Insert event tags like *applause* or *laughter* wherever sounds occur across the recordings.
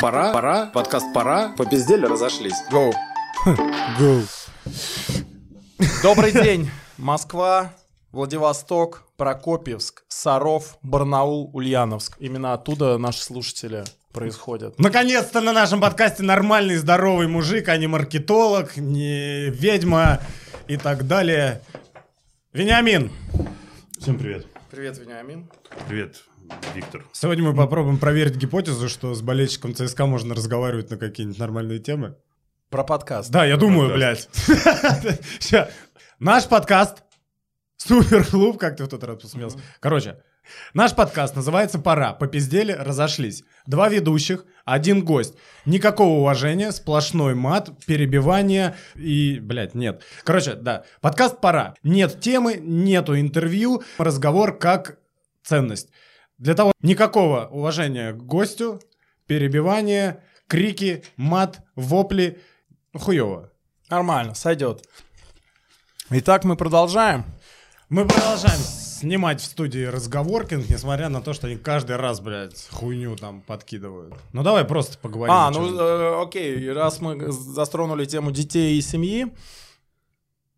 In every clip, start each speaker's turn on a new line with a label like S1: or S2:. S1: Пора, пора, подкаст пора. По пизделе разошлись.
S2: Гоу. Гоу.
S3: Добрый день, Москва, Владивосток, Прокопьевск, Саров, Барнаул, Ульяновск. Именно оттуда наши слушатели происходят.
S2: Наконец-то на нашем подкасте нормальный здоровый мужик, а не маркетолог, не ведьма и так далее. Вениамин,
S4: Всем привет.
S3: Привет, Вениамин.
S4: Привет, Виктор.
S2: сегодня мы попробуем проверить гипотезу, что с болельщиком ЦСКА можно разговаривать на какие-нибудь нормальные темы.
S3: Про подкаст.
S2: Да, я думаю, блядь. *laughs* Ща. Наш подкаст Суперклуб, как ты в тот раз посмеялся. Короче, наш подкаст называется «Пора». Попиздели, разошлись. Два ведущих, один гость. Никакого уважения, сплошной мат, перебивание и, блядь, нет. Короче, да, подкаст «Пора». Нет темы, нету интервью, разговор как ценность. Для того никакого уважения к гостю, перебивание, крики, мат, вопли. Хуево.
S3: Нормально, сойдет. Итак, мы продолжаем.
S2: Мы продолжаем снимать в студии разговоркинг, несмотря на то, что они каждый раз, блядь, хуйню там подкидывают. Ну давай просто поговорим.
S3: А,
S2: о
S3: ну
S2: чём.
S3: э, окей, раз мы затронули тему детей и семьи,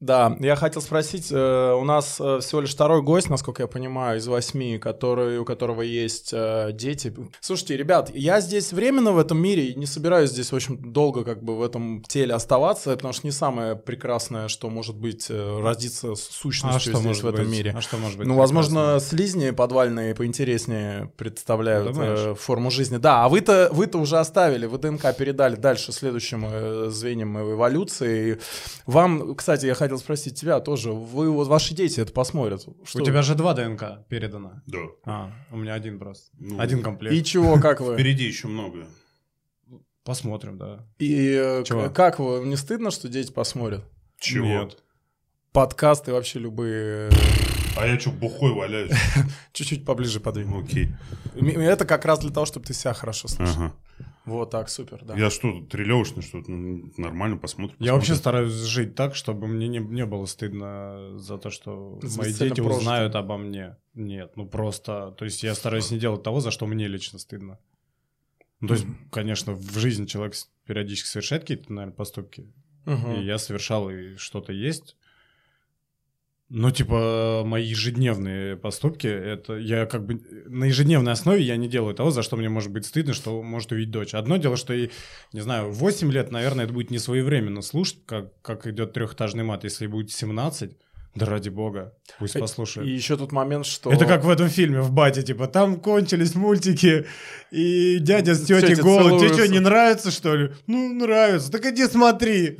S3: да, я хотел спросить, э, у нас э, всего лишь второй гость, насколько я понимаю, из восьми, который, у которого есть э, дети. Слушайте, ребят, я здесь временно в этом мире и не собираюсь здесь очень долго как бы в этом теле оставаться, потому что не самое прекрасное, что может быть э, родиться с сущностью
S2: а что
S3: здесь,
S2: может
S3: в этом
S2: быть?
S3: мире.
S2: А что может быть?
S3: Ну, возможно, слизни подвальные поинтереснее представляют
S2: Ну, Думаешь?
S3: э, форму жизни. Да, а вы-то вы-то уже оставили, вы ДНК передали дальше следующим э, звеньям эволюции. И Вам, кстати, я хотел спросить тебя тоже. Вы вот ваши дети это посмотрят.
S2: у
S3: Что-
S2: тебя же два ДНК передано.
S4: Да.
S2: А, у меня один просто.
S4: Ну,
S2: Один комплект.
S3: и чего, как
S2: *laughs*
S3: вы?
S4: Впереди еще много.
S2: Посмотрим, да.
S3: И э,
S2: Чего?
S3: к- как вы? Не стыдно, что дети посмотрят?
S4: Чего?
S2: Нет.
S3: Подкасты вообще любые. э,
S4: А я что, бухой валяюсь? *laughs* Ну,
S3: Чуть-чуть поближе подвинь.
S4: Окей.
S3: М- Это как раз для того, чтобы ты себя хорошо слышал.
S4: Ага.
S3: Вот так, супер, да.
S4: Я что, тут трелевочный, что ну, нормально посмотрим.
S2: Я вообще
S4: посмотрим.
S2: стараюсь жить так, чтобы мне не, не было стыдно за то, что
S3: За
S2: мои
S3: сильно
S2: дети
S3: прожито.
S2: узнают обо мне. Нет, ну просто, то есть я стараюсь не делать того, за что мне лично стыдно. Ну, то есть, конечно, в жизни человек с- периодически совершает какие-то, наверное, поступки.
S3: Мгм.
S2: И я совершал, и что-то есть. Но, типа, мои ежедневные поступки, это я как бы на ежедневной основе я не делаю того, за что мне может быть стыдно, что может увидеть дочь. Одно дело, что и, не знаю, 8 лет, наверное, это будет не своевременно слушать, как, как идет трехэтажный мат. Если будет 17, да ради бога, пусть
S3: Э,
S2: послушают.
S3: И еще тут момент, что...
S2: Это как в этом фильме в бате, типа, там кончились мультики, и дядя с тетей
S3: Тётя
S2: голый. Тебе что,
S3: целуются».
S2: не нравится, что ли? Ну, нравится. Так иди смотри.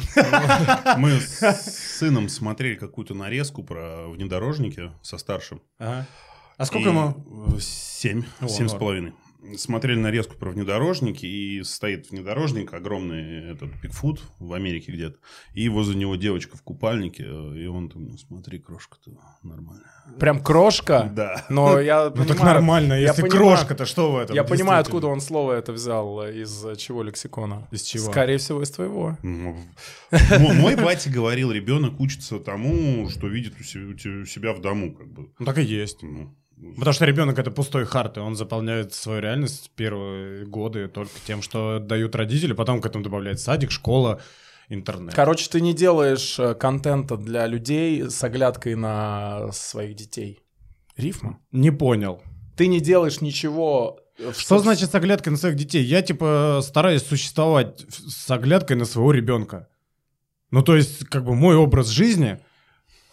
S2: *laughs*
S4: Мы с сыном смотрели какую-то нарезку про внедорожники со старшим.
S2: Ага. А сколько
S4: И,
S2: ему?
S4: э, Семь.
S2: О,
S4: Семь с
S2: норм.
S4: половиной. Смотрели нарезку про внедорожники, и стоит внедорожник, огромный этот Бигфут в Америке где-то, и возле него девочка в купальнике, э, и он там, смотри, крошка-то нормальная.
S3: Прям крошка?
S4: Да.
S3: Но я
S2: Ну так
S3: понимаю-
S2: нормально,
S3: я
S2: если
S3: понимаю-
S2: крошка-то что в этом?
S3: Я понимаю, откуда
S2: действительно?
S3: он слово это взял, э, из э, чего лексикона.
S2: Из чего?
S3: Скорее всего, из твоего.
S4: Ну, м- Мой батя говорил, ребенок учится тому, что видит у се- у те- у себя в дому, как бы.
S2: Ну так и есть.
S4: Ну,
S2: Потому что ребенок это пустой хард, и он заполняет свою реальность первые годы только тем, что дают родители, потом к этому добавляет садик, школа, интернет.
S3: Короче, ты не делаешь э, контента для людей с оглядкой на своих детей. Рифма?
S2: Не понял.
S3: Ты не делаешь ничего... э, в
S2: Что
S3: соц-
S2: значит с оглядкой на своих детей? Я, типа, стараюсь существовать в- с оглядкой на своего ребенка. Ну, то есть, как бы, мой образ жизни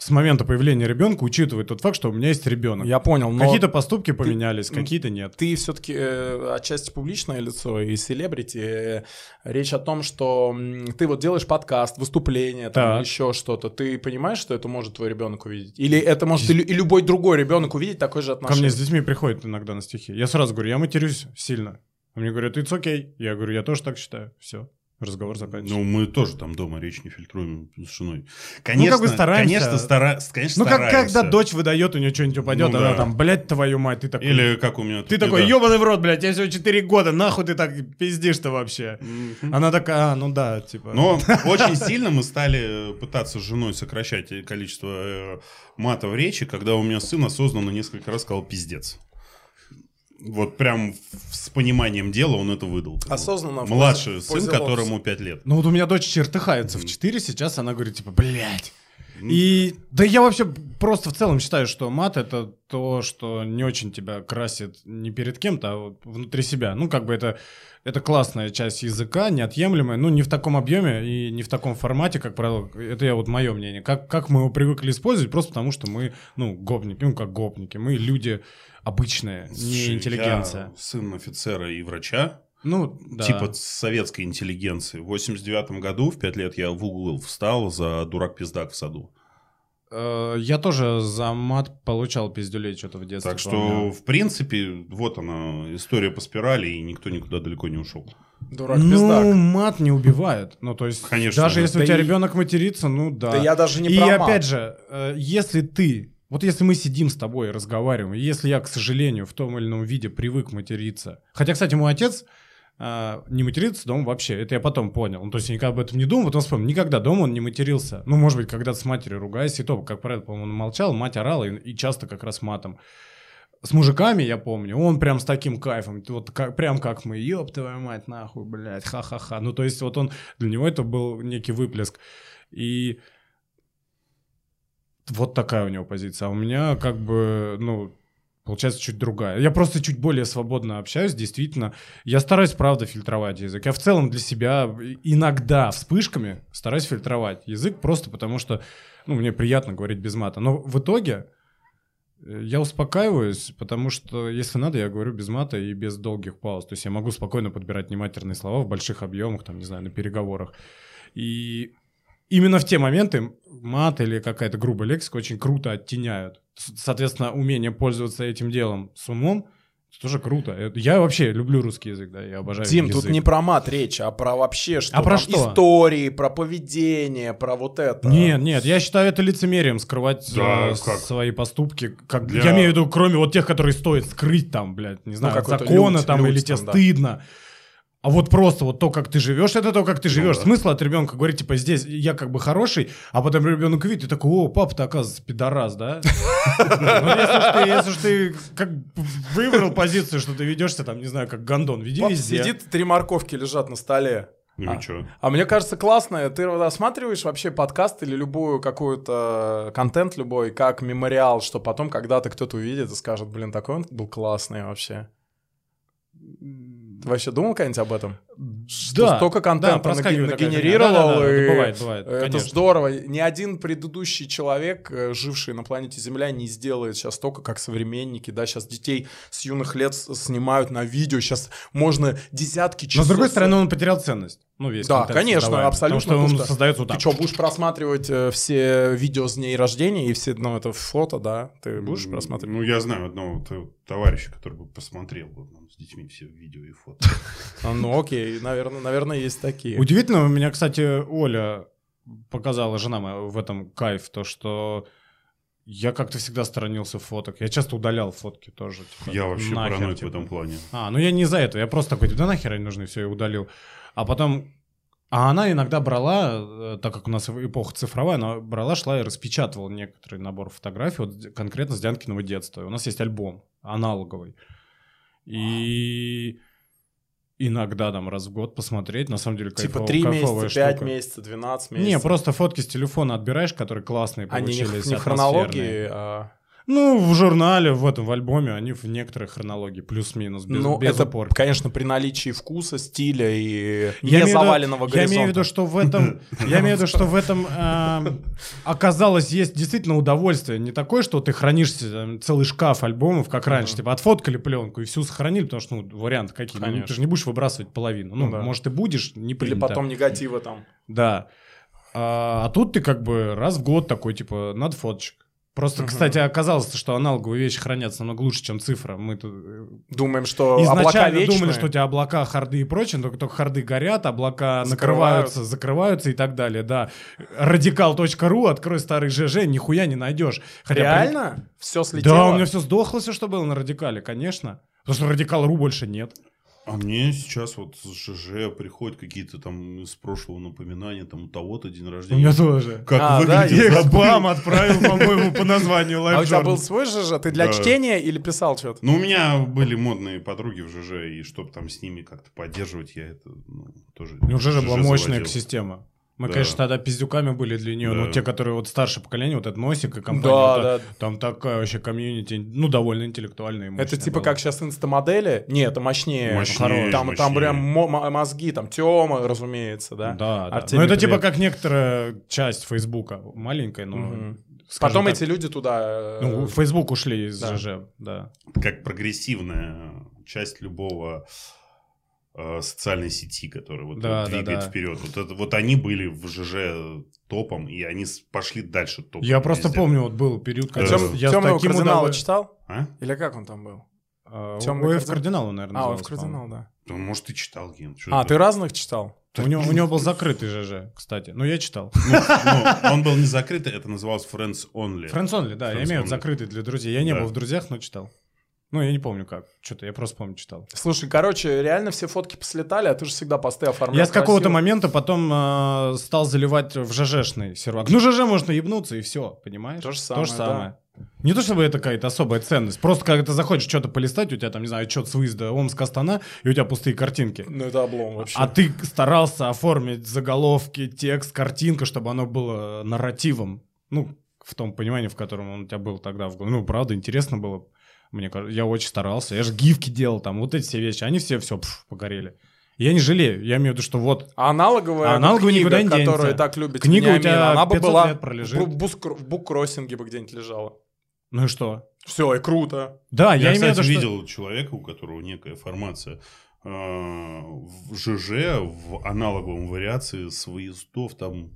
S2: с момента появления ребенка учитывает тот факт, что у меня есть ребенок.
S3: Я понял, но
S2: Ну, Какие-то поступки поменялись, какие-то нет.
S3: ты все-таки отчасти публичное лицо и селебрити. э, Речь о том, что м, ты вот делаешь подкаст, выступление, там
S2: Так.
S3: еще что-то. Ты понимаешь, что это может твой ребенок увидеть? Или это может и, лю- и любой другой ребенок увидеть такое же
S2: Ко мне
S3: отношение?
S2: с детьми приходят иногда на стихи. Я сразу говорю, я матерюсь сильно. А мне говорят, it's окей. Я говорю, я тоже так считаю. Все, разговор заканчивается.
S4: ну, мы тоже там дома речь не фильтруем с женой.
S2: Ну,
S4: Конечно,
S2: как бы стараемся.
S4: Конечно, стара... конечно
S2: Ну, как
S4: стараемся.
S2: когда дочь выдает, у нее что-нибудь упадет,
S4: Ну
S2: она
S4: да.
S2: там, блядь, твою мать, ты такой...
S4: Или как у меня...
S2: Ты
S4: тут
S2: такой,
S4: недавно.
S2: ебаный в рот, блядь, я всего 4 года, нахуй ты так пиздишь-то вообще?
S4: Мгм.
S2: Она такая, а, ну да, типа...
S4: Но очень сильно мы стали пытаться с женой сокращать количество э, мата в речи, когда у меня сын осознанно несколько раз сказал «пиздец». Вот прям в- с пониманием дела он это выдал. как бы.
S3: Осознанно в позе-
S4: Младший
S3: в
S4: сын,
S3: позе
S4: которому 5 лет.
S2: Ну вот у меня дочь чертыхается в 4 сейчас, она говорит, типа, блядь. И да я вообще просто в целом считаю, что мат это то, что не очень тебя красит не перед кем-то, а вот внутри себя. Ну как бы это, это классная часть языка, неотъемлемая, ну не в таком объеме и не в таком формате, как правило. Это я вот мое мнение. Как, как мы его привыкли использовать, просто потому что мы, ну, гопники, ну как гопники, мы люди обычные,
S4: Слушай,
S2: не интеллигенция.
S4: я сын офицера и врача,
S2: Ну, да.
S4: типа советской интеллигенции. В 89 году в 5 лет я в угол встал за дурак-пиздак в саду.
S2: Э, Я тоже за мат получал пиздюлей что-то в детстве.
S4: так что,
S2: помню.
S4: в принципе, вот она, история по спирали, и никто никуда далеко не ушел.
S3: Дурак пиздак.
S2: Ну, мат не убивает. Ну, то есть,
S4: Конечно,
S2: даже
S4: да.
S2: если
S3: Да
S2: у тебя
S3: и-
S2: ребенок матерится, ну да.
S3: Да я даже не
S2: и
S3: про мат.
S2: опять же, э, если ты, вот если мы сидим с тобой и разговариваем, и если я, к сожалению, в том или ином виде привык материться. Хотя, кстати, мой отец а, не матерится дома вообще. Это я потом понял. Ну, то есть я никогда об этом не думал, потом вспомнил. Никогда дома он не матерился. Ну, может быть, когда-то с матерью ругаясь, и то, как правило, по-моему, он молчал, мать орала, и, и часто как раз матом. С мужиками, я помню, он прям с таким кайфом, вот как, прям как мы, ёб твою мать, нахуй, блядь, ха-ха-ха. Ну, то есть вот он, для него это был некий выплеск. И вот такая у него позиция. А у меня как бы, ну, получается чуть другая. Я просто чуть более свободно общаюсь, действительно. Я стараюсь, правда, фильтровать язык. Я в целом для себя иногда вспышками стараюсь фильтровать язык, просто потому что, ну, мне приятно говорить без мата. Но в итоге э, я успокаиваюсь, потому что, если надо, я говорю без мата и без долгих пауз. То есть я могу спокойно подбирать нематерные слова в больших объемах, там, не знаю, на переговорах. И именно в те моменты мат или какая-то грубая лексика очень круто оттеняют. С- Соответственно, умение пользоваться этим делом с умом это тоже круто. Это- Я вообще люблю русский язык, да, я обожаю
S3: Дим,
S2: язык.
S3: тут не про мат речь, а про вообще что
S2: А
S3: там,
S2: про что?
S3: Истории, про поведение, про вот это.
S2: Нет, нет, я считаю это лицемерием, скрывать
S4: Да,
S2: э,
S4: как?
S2: свои поступки. Как,
S4: Для-
S2: Я имею в виду, кроме вот тех, которые стоит скрыть там, блядь, не знаю, от
S3: Ну, какой-то
S2: закона
S3: лють,
S2: там
S3: лють
S2: или тебе
S3: там, да.
S2: стыдно. А вот просто вот то, как ты живешь, это то,
S3: Ну
S2: как ты живешь.
S4: да.
S2: Смысл от ребенка говорить, типа, здесь я как бы хороший, а потом ребенок видит, и такой, о, папа-то, оказывается, пидорас, да? Ну, если ж ты- Если ж ты как бы выбрал позицию, что ты ведешься там, не знаю, как гондон, веди
S3: Пап
S2: везде.
S3: сидит, три морковки лежат на столе.
S4: Ну
S3: А.
S4: и чё?
S3: А мне кажется, классно, ты рассматриваешь вообще подкаст или любую какую-то э, контент любой, как мемориал, что потом когда-то кто-то увидит и скажет, блин, такой он был классный вообще. Ты вообще думал когда-нибудь об этом? Что столько контента
S2: проскакивает такая фигня.
S3: нагенерировал,
S2: Да-да-да,
S3: и
S2: это бывает, бывает,
S3: Э, Это
S2: конечно.
S3: здорово. Ни один предыдущий человек, э, живший на планете Земля, не сделает сейчас столько, как современники. Да, сейчас детей с юных лет с- снимают на видео. Сейчас можно десятки
S2: Но
S3: часов.
S2: с другой стороны, он потерял ценность. Ну, весь
S3: Да,
S2: контент
S3: конечно,
S2: создаваемый,
S3: абсолютно
S2: Потому что он
S3: пусто.
S2: создается вот
S3: ты
S2: так.
S3: что, будешь просматривать э, все видео с дней рождения и все, ну, это фото, да? Ты будешь
S4: М,
S3: просматривать?
S4: Ну, я знаю одного т- товарища, который бы посмотрел бы нам с детьми все видео и
S3: *laughs*
S4: фото.
S3: А, Ну, окей, наверное, наверное, есть такие.
S2: Удивительно, у меня, кстати, Оля показала, жена моя, в этом кайф, то, что я как-то всегда сторонился фоток. Я часто удалял фотки тоже. типа,
S4: Я вообще
S2: нахер,
S4: параноик в
S2: типа.
S4: этом плане.
S2: А, ну я не из-за этого, я просто такой, да нахер они нужны, все, и удалил. А потом... А она иногда брала, э, так как у нас эпоха цифровая, она брала, шла и распечатывала некоторый набор фотографий, вот д- конкретно с Дянкиного детства. У нас есть альбом аналоговый. И иногда там раз в год посмотреть, на самом деле,
S3: Типа
S2: кайфово-
S3: 3
S2: кайфовая
S3: месяца, 5
S2: штука.
S3: месяцев, 12 месяцев.
S2: Не, просто фотки с телефона отбираешь, которые классные
S3: Они А не,
S2: получились.
S3: х- не
S2: атмосферные.
S3: хронологии, а...
S2: Ну, в журнале, в этом, в альбоме, они в некоторой хронологии, плюс-минус, без,
S3: ну,
S2: без
S3: это,
S2: упорки.
S3: конечно, при наличии вкуса, стиля и
S2: Я имею в
S3: не
S2: виду-
S3: заваленного
S2: Я
S3: горизонта.
S2: имею в виду, что в
S3: *laughs*
S2: этом, я имею в виду, что в этом эм, оказалось есть действительно удовольствие, не такое, что ты хранишь там, целый шкаф альбомов, как раньше,
S3: Мгм.
S2: типа отфоткали пленку и всю сохранили, потому что ну варианты какие, Ну, ты
S3: Конечно.
S2: же не будешь выбрасывать половину, ну
S3: Ну да.
S2: может и будешь, не
S3: Или
S2: принято.
S3: потом негатива там.
S2: Да. А, а тут ты как бы раз в год такой, типа, надо фоточек. Просто,
S3: Мгм.
S2: кстати, оказалось, что аналоговые вещи хранятся намного лучше, чем цифра. Мы тут э,
S3: Думаем, что облака
S2: изначально
S3: вечные.
S2: думали, что типа у тебя облака, харды и прочее, только, только харды горят, облака
S3: Закрываются.
S2: накрываются, закрываются и так далее, да. Радикал.ру, открой старый ЖЖ, нихуя не найдешь. Хотя при-
S3: Реально? Все слетело?
S2: Да, у меня все сдохло, все, что было на радикале, конечно. Потому что радикал.ру больше нет.
S4: А мне сейчас вот с ЖЖ приходят какие-то там из прошлого напоминания, там у того-то день
S2: У меня
S4: рождения.
S2: тоже.
S4: Как
S3: А, да,
S4: выглядит,
S2: Я их
S4: забыл.
S2: спам отправил, по-моему, по
S3: *laughs*
S2: названию
S3: А у тебя был
S2: лайф
S3: свой же? Ты для
S4: Да.
S3: чтения или писал что-то?
S4: Ну, у меня были модные подруги в ЖЖ, и чтобы там с ними как-то поддерживать, я это ну, тоже...
S2: У ЖЖ была мощная
S4: заводил.
S2: система. Мы,
S4: Да.
S2: конечно, тогда пиздюками были для нее, но
S4: Да.
S2: те, которые вот старше поколение, вот этот носик и компания, вот
S3: Да, да.
S2: та- там такая вообще комьюнити, ну, довольно интеллектуальная и
S3: Это
S2: мощная
S3: типа
S2: была.
S3: как сейчас инстамодели? Не, это мощнее.
S4: Мощнее,
S3: Хоро- Там, там
S4: мощнее.
S3: прям мо- мо- мозги, там Тёма, разумеется, да?
S2: Да, да.
S3: Артемий,
S2: Ну, это типа
S3: привет.
S2: как некоторая часть Фейсбука, маленькая, но...
S3: Мгм.
S2: ну, скажем
S3: Потом
S2: так,
S3: эти люди туда... э,
S2: Ну, в Фейсбук ушли из
S3: да.
S2: ЖЖ, да.
S4: Как прогрессивная часть любого э, социальной сети, которая вот,
S2: Да,
S4: вот
S2: да,
S4: двигает
S2: да.
S4: вперед. Вот, это, вот они были в ЖЖ топом, и они с- пошли дальше топом.
S2: Я просто
S4: везде.
S2: помню, вот был период,
S4: Э,
S2: когда
S4: Тём-
S2: я с
S3: «Тёмного
S2: таким
S3: а кардинала»
S2: удовольствием-
S3: читал?
S4: А?
S3: Или как он там был?
S2: А,
S3: «Тёмный
S2: ОФ
S3: кардинал».
S2: кардинала, наверное,
S3: А,
S2: называлось,
S3: в кардинал,
S2: по-моему.
S3: да.
S4: Да, может, ты читал, Ген. чё
S3: А,
S4: ты-
S3: ты разных читал?
S2: У него, у него
S3: *laughs*
S2: был закрытый ЖЖ, кстати. Ну, я читал.
S4: Ну, он был не закрытый, это называлось Friends Only.
S2: Фрэнсонли, да, я
S4: Friends
S2: имею в виду
S4: Only.
S2: закрытый для друзей. Я не
S4: Да.
S2: был в друзьях, но читал. Ну, я не помню как. Что-то я просто помню, читал.
S3: Слушай, короче, реально все фотки послетали, а ты же всегда посты оформлял.
S2: Я с какого-то
S3: красиво.
S2: момента потом э, стал заливать в ЖЖшный сервак. Ну, ЖЖ можно ебнуться, и все, понимаешь?
S3: То же самое, да.
S2: Не то чтобы это какая-то особая ценность. Просто когда ты заходишь что-то полистать, у тебя там, не знаю, что-то с выезда Омск-Астана, и у тебя пустые картинки.
S3: Ну, это облом вообще.
S2: А ты старался оформить заголовки, текст, картинка, чтобы оно было нарративом. Ну, в том понимании, в котором он у тебя был тогда. в голове. Ну, правда, интересно было. Мне кажется, я очень старался. Я же гифки делал там, вот эти все вещи. Они все, все, пф, погорели. Я не жалею. Я имею в виду, что вот
S3: А аналоговая
S2: А аналоговая
S3: книга,
S2: никуда не денется.
S3: которую так любит
S2: Книга у
S3: Вениамин,
S2: тебя
S3: она бы
S2: 500
S3: была
S2: лет пролежит.
S3: в бу- в буккроссинге бы где-нибудь лежала.
S2: Ну и что?
S3: Все, и круто.
S2: Да,
S4: Я,
S2: я, имею в
S4: кстати,
S2: виду, что...
S4: видел человека, у которого некая формация э, в ЖЖ в аналоговом вариации с выездов там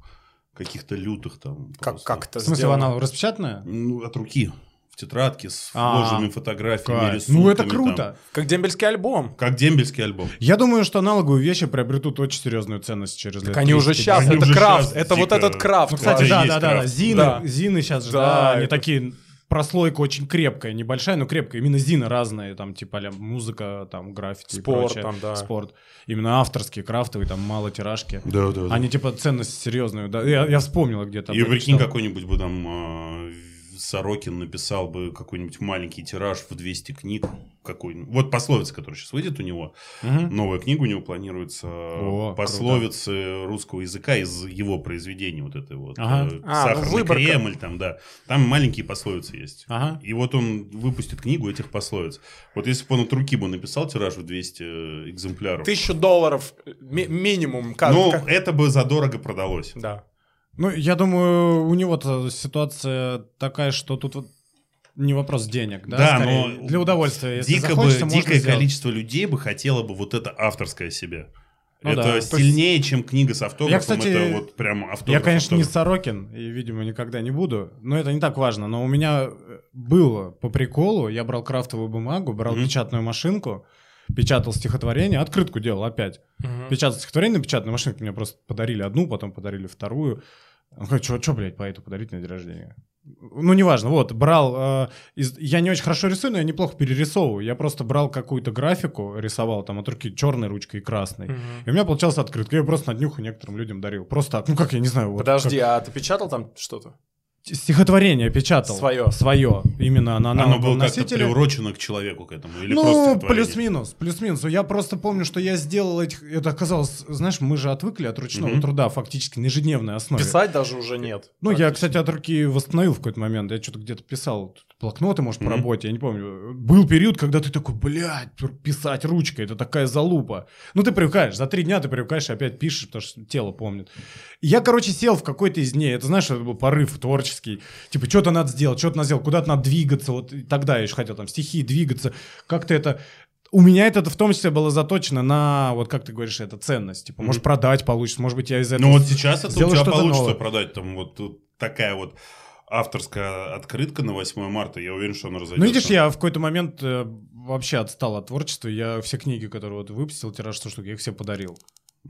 S4: каких-то лютых там.
S3: Как,
S4: просто.
S3: как это
S2: В смысле,
S3: сделано?
S2: она распечатанная?
S4: Ну, от руки. В тетрадке с
S2: А,
S4: вложенными фотографиями,
S2: Кайф. Ну это
S4: рисунками
S2: круто.
S4: там.
S3: Как дембельский альбом.
S4: Как дембельский альбом.
S2: Я думаю, что аналоговые вещи приобретут очень серьезную ценность через лет
S3: Так они уже
S2: 200.
S3: сейчас,
S4: Они
S3: это
S4: уже
S3: крафт,
S4: щас
S3: это вот
S4: дико-
S3: этот крафт.
S2: типа Ну, кстати,
S4: Даже
S2: да,
S4: есть
S2: да, да, да.
S4: крафт.
S2: Зины,
S3: Да.
S2: Зины сейчас же,
S3: Да,
S2: да, они
S3: это-
S2: такие прослойка очень крепкая, небольшая, но крепкая. Именно Зина разные, там, типа, а музыка, там, граффити, и
S3: Спорт
S2: прочее.
S3: там, да.
S2: спорт. Именно авторские, крафтовые, там, мало тиражки.
S4: Да, да,
S2: Они, типа, ценность серьезную. Да, я, я вспомнил где-то. об
S4: И
S2: этом
S4: прикинь,
S2: читал.
S4: какой-нибудь бы там э, в- Сорокин написал бы какой-нибудь маленький тираж в 200 книг. Какой вот пословица, которая сейчас выйдет у него.
S2: Мгм.
S4: Новая книга у него планируется. э,
S2: О,
S4: пословицы русского языка из его произведений. Вот этой вот.
S2: Ага.
S4: э,
S3: А, ну,
S4: «Сахарный
S3: выборка.
S4: Кремль» там, да. Там маленькие пословицы есть.
S2: Ага.
S4: И вот он выпустит книгу этих пословиц. Вот если бы он от руки бы написал тираж в 200 экземпляров,
S3: Тысячу долларов ми- минимум. Как,
S4: ну,
S3: как-
S4: это бы задорого продалось.
S3: Да.
S2: Ну, я думаю, у него-то ситуация такая, что тут вот не вопрос денег, да?
S4: Да,
S2: скорее.
S4: но
S2: Для удовольствия. Если
S4: Дико бы,
S2: захочется, можно
S4: дикое
S2: сделать.
S4: количество людей бы хотело бы вот это авторское себе.
S2: Ну
S4: это
S2: да. То есть-
S4: сильнее, чем книга с автографом.
S2: Я, кстати,
S4: это вот прям автограф.
S2: Я, конечно, не
S4: автограф.
S2: Сорокин, и, видимо, никогда не буду, но это не так важно. Но у меня э, было по приколу, я брал крафтовую бумагу, брал
S4: Мгм.
S2: печатную машинку, печатал стихотворение, открытку делал опять. Печатал стихотворение на печатной машинке, мне просто подарили одну, потом подарили вторую. Что, что, блядь, поэту подарить на день рождения? Ну, неважно, вот, брал... э, из- я не очень хорошо рисую, но я неплохо перерисовываю. Я просто брал какую-то графику, рисовал там от руки черной ручкой и красной.
S3: Мгм.
S2: И у меня получалась открытка. Я ее просто на днюху некоторым людям дарил. Просто так, ну как, я не знаю. вот
S3: Подожди, а ты печатал там что-то?
S2: как. Стихотворение печатал.
S3: Свое.
S2: Свое. Именно на
S4: Оно
S2: аналоговом
S4: было как-то
S2: носителе.
S4: приурочено к человеку к этому. Или
S2: ну,
S4: просто творение?
S2: плюс-минус, плюс-минус. Я просто помню, что я сделал этих... Это оказалось... Знаешь, мы же отвыкли от ручного
S4: Мгм.
S2: труда фактически на ежедневной основе.
S3: Писать даже уже нет.
S2: Ну, я,
S3: Практически.
S2: кстати, от руки восстановил в какой-то момент. Я что-то где-то писал. Тут Блокноты, может, по
S4: Мгм.
S2: работе, я не помню. Был период, когда ты такой, блядь, писать ручкой, это такая залупа. Ну, ты привыкаешь. За три дня ты привыкаешь и опять пишешь, потому что тело помнит. И Я, короче, сел в какой-то из дней. Это, знаешь, это был порыв творческий. Типа, что-то надо сделать, что-то надо сделать, куда-то надо двигаться. Вот и тогда я еще хотел там стихи двигаться. Как-то это... У меня это в том числе было заточено на, вот как ты говоришь, это ценность. Типа, может,
S4: Мгм.
S2: продать получится, может быть, я из этого...
S4: Ну, вот сейчас это у
S2: сделал
S4: тебя
S2: что-то
S4: получится
S2: новое.
S4: продать. Там вот тут такая вот авторская открытка на 8 марта. Я уверен, что она разойдется.
S2: Ну, видишь, я в какой-то момент э, вообще отстал от творчества. Я все книги, которые вот выпустил, тираж 100 штук, я их все подарил.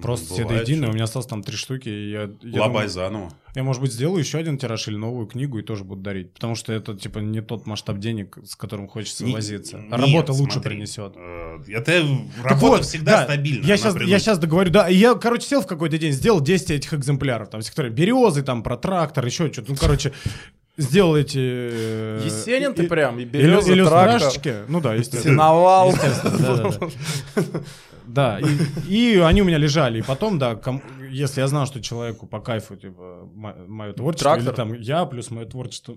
S2: Просто все до
S4: Ну, Бывает,
S2: единого. У
S4: что.
S2: меня осталось там три штуки. И я, я,
S4: Лобай
S2: думаю,
S4: заново.
S2: я, может быть, сделаю еще один тираж или новую книгу и тоже буду дарить. Потому что это, типа, не тот масштаб денег, с которым хочется
S4: Не-
S2: возиться.
S4: нет,
S2: Работа лучше
S4: смотри,
S2: принесет.
S4: э, Это
S2: Так
S4: работа
S2: вот,
S4: всегда
S2: да,
S4: стабильна.
S2: Я
S4: она
S2: сейчас, я
S4: приносит.
S2: сейчас договорю. Да, и я, короче, сел в какой-то день, сделал 10 этих экземпляров. Там, которые березы, там, про трактор, еще что-то. Ну, короче, сделал эти... э,
S3: Есенин ты
S2: и-
S3: прям, и
S2: иллю-
S3: береза, трактор,
S2: иллюстрашечки. Ну да, естественно.
S3: сеновал.
S2: Естественно, *laughs* Да, и, и они у меня лежали. И потом, да, ком- если я знал, что человеку по кайфу, типа, мое творчество,
S3: Трактор.
S2: или там я плюс мое творчество,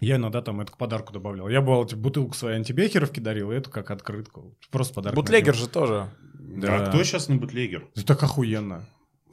S2: я иногда там это к подарку добавлял. Я бывал, типа, бутылку своей антибехеровки дарил, и эту как открытку. Просто подарок.
S3: Бутлегер
S2: надел.
S3: же тоже.
S2: Да.
S4: А кто сейчас не бутлегер?
S2: Это так охуенно.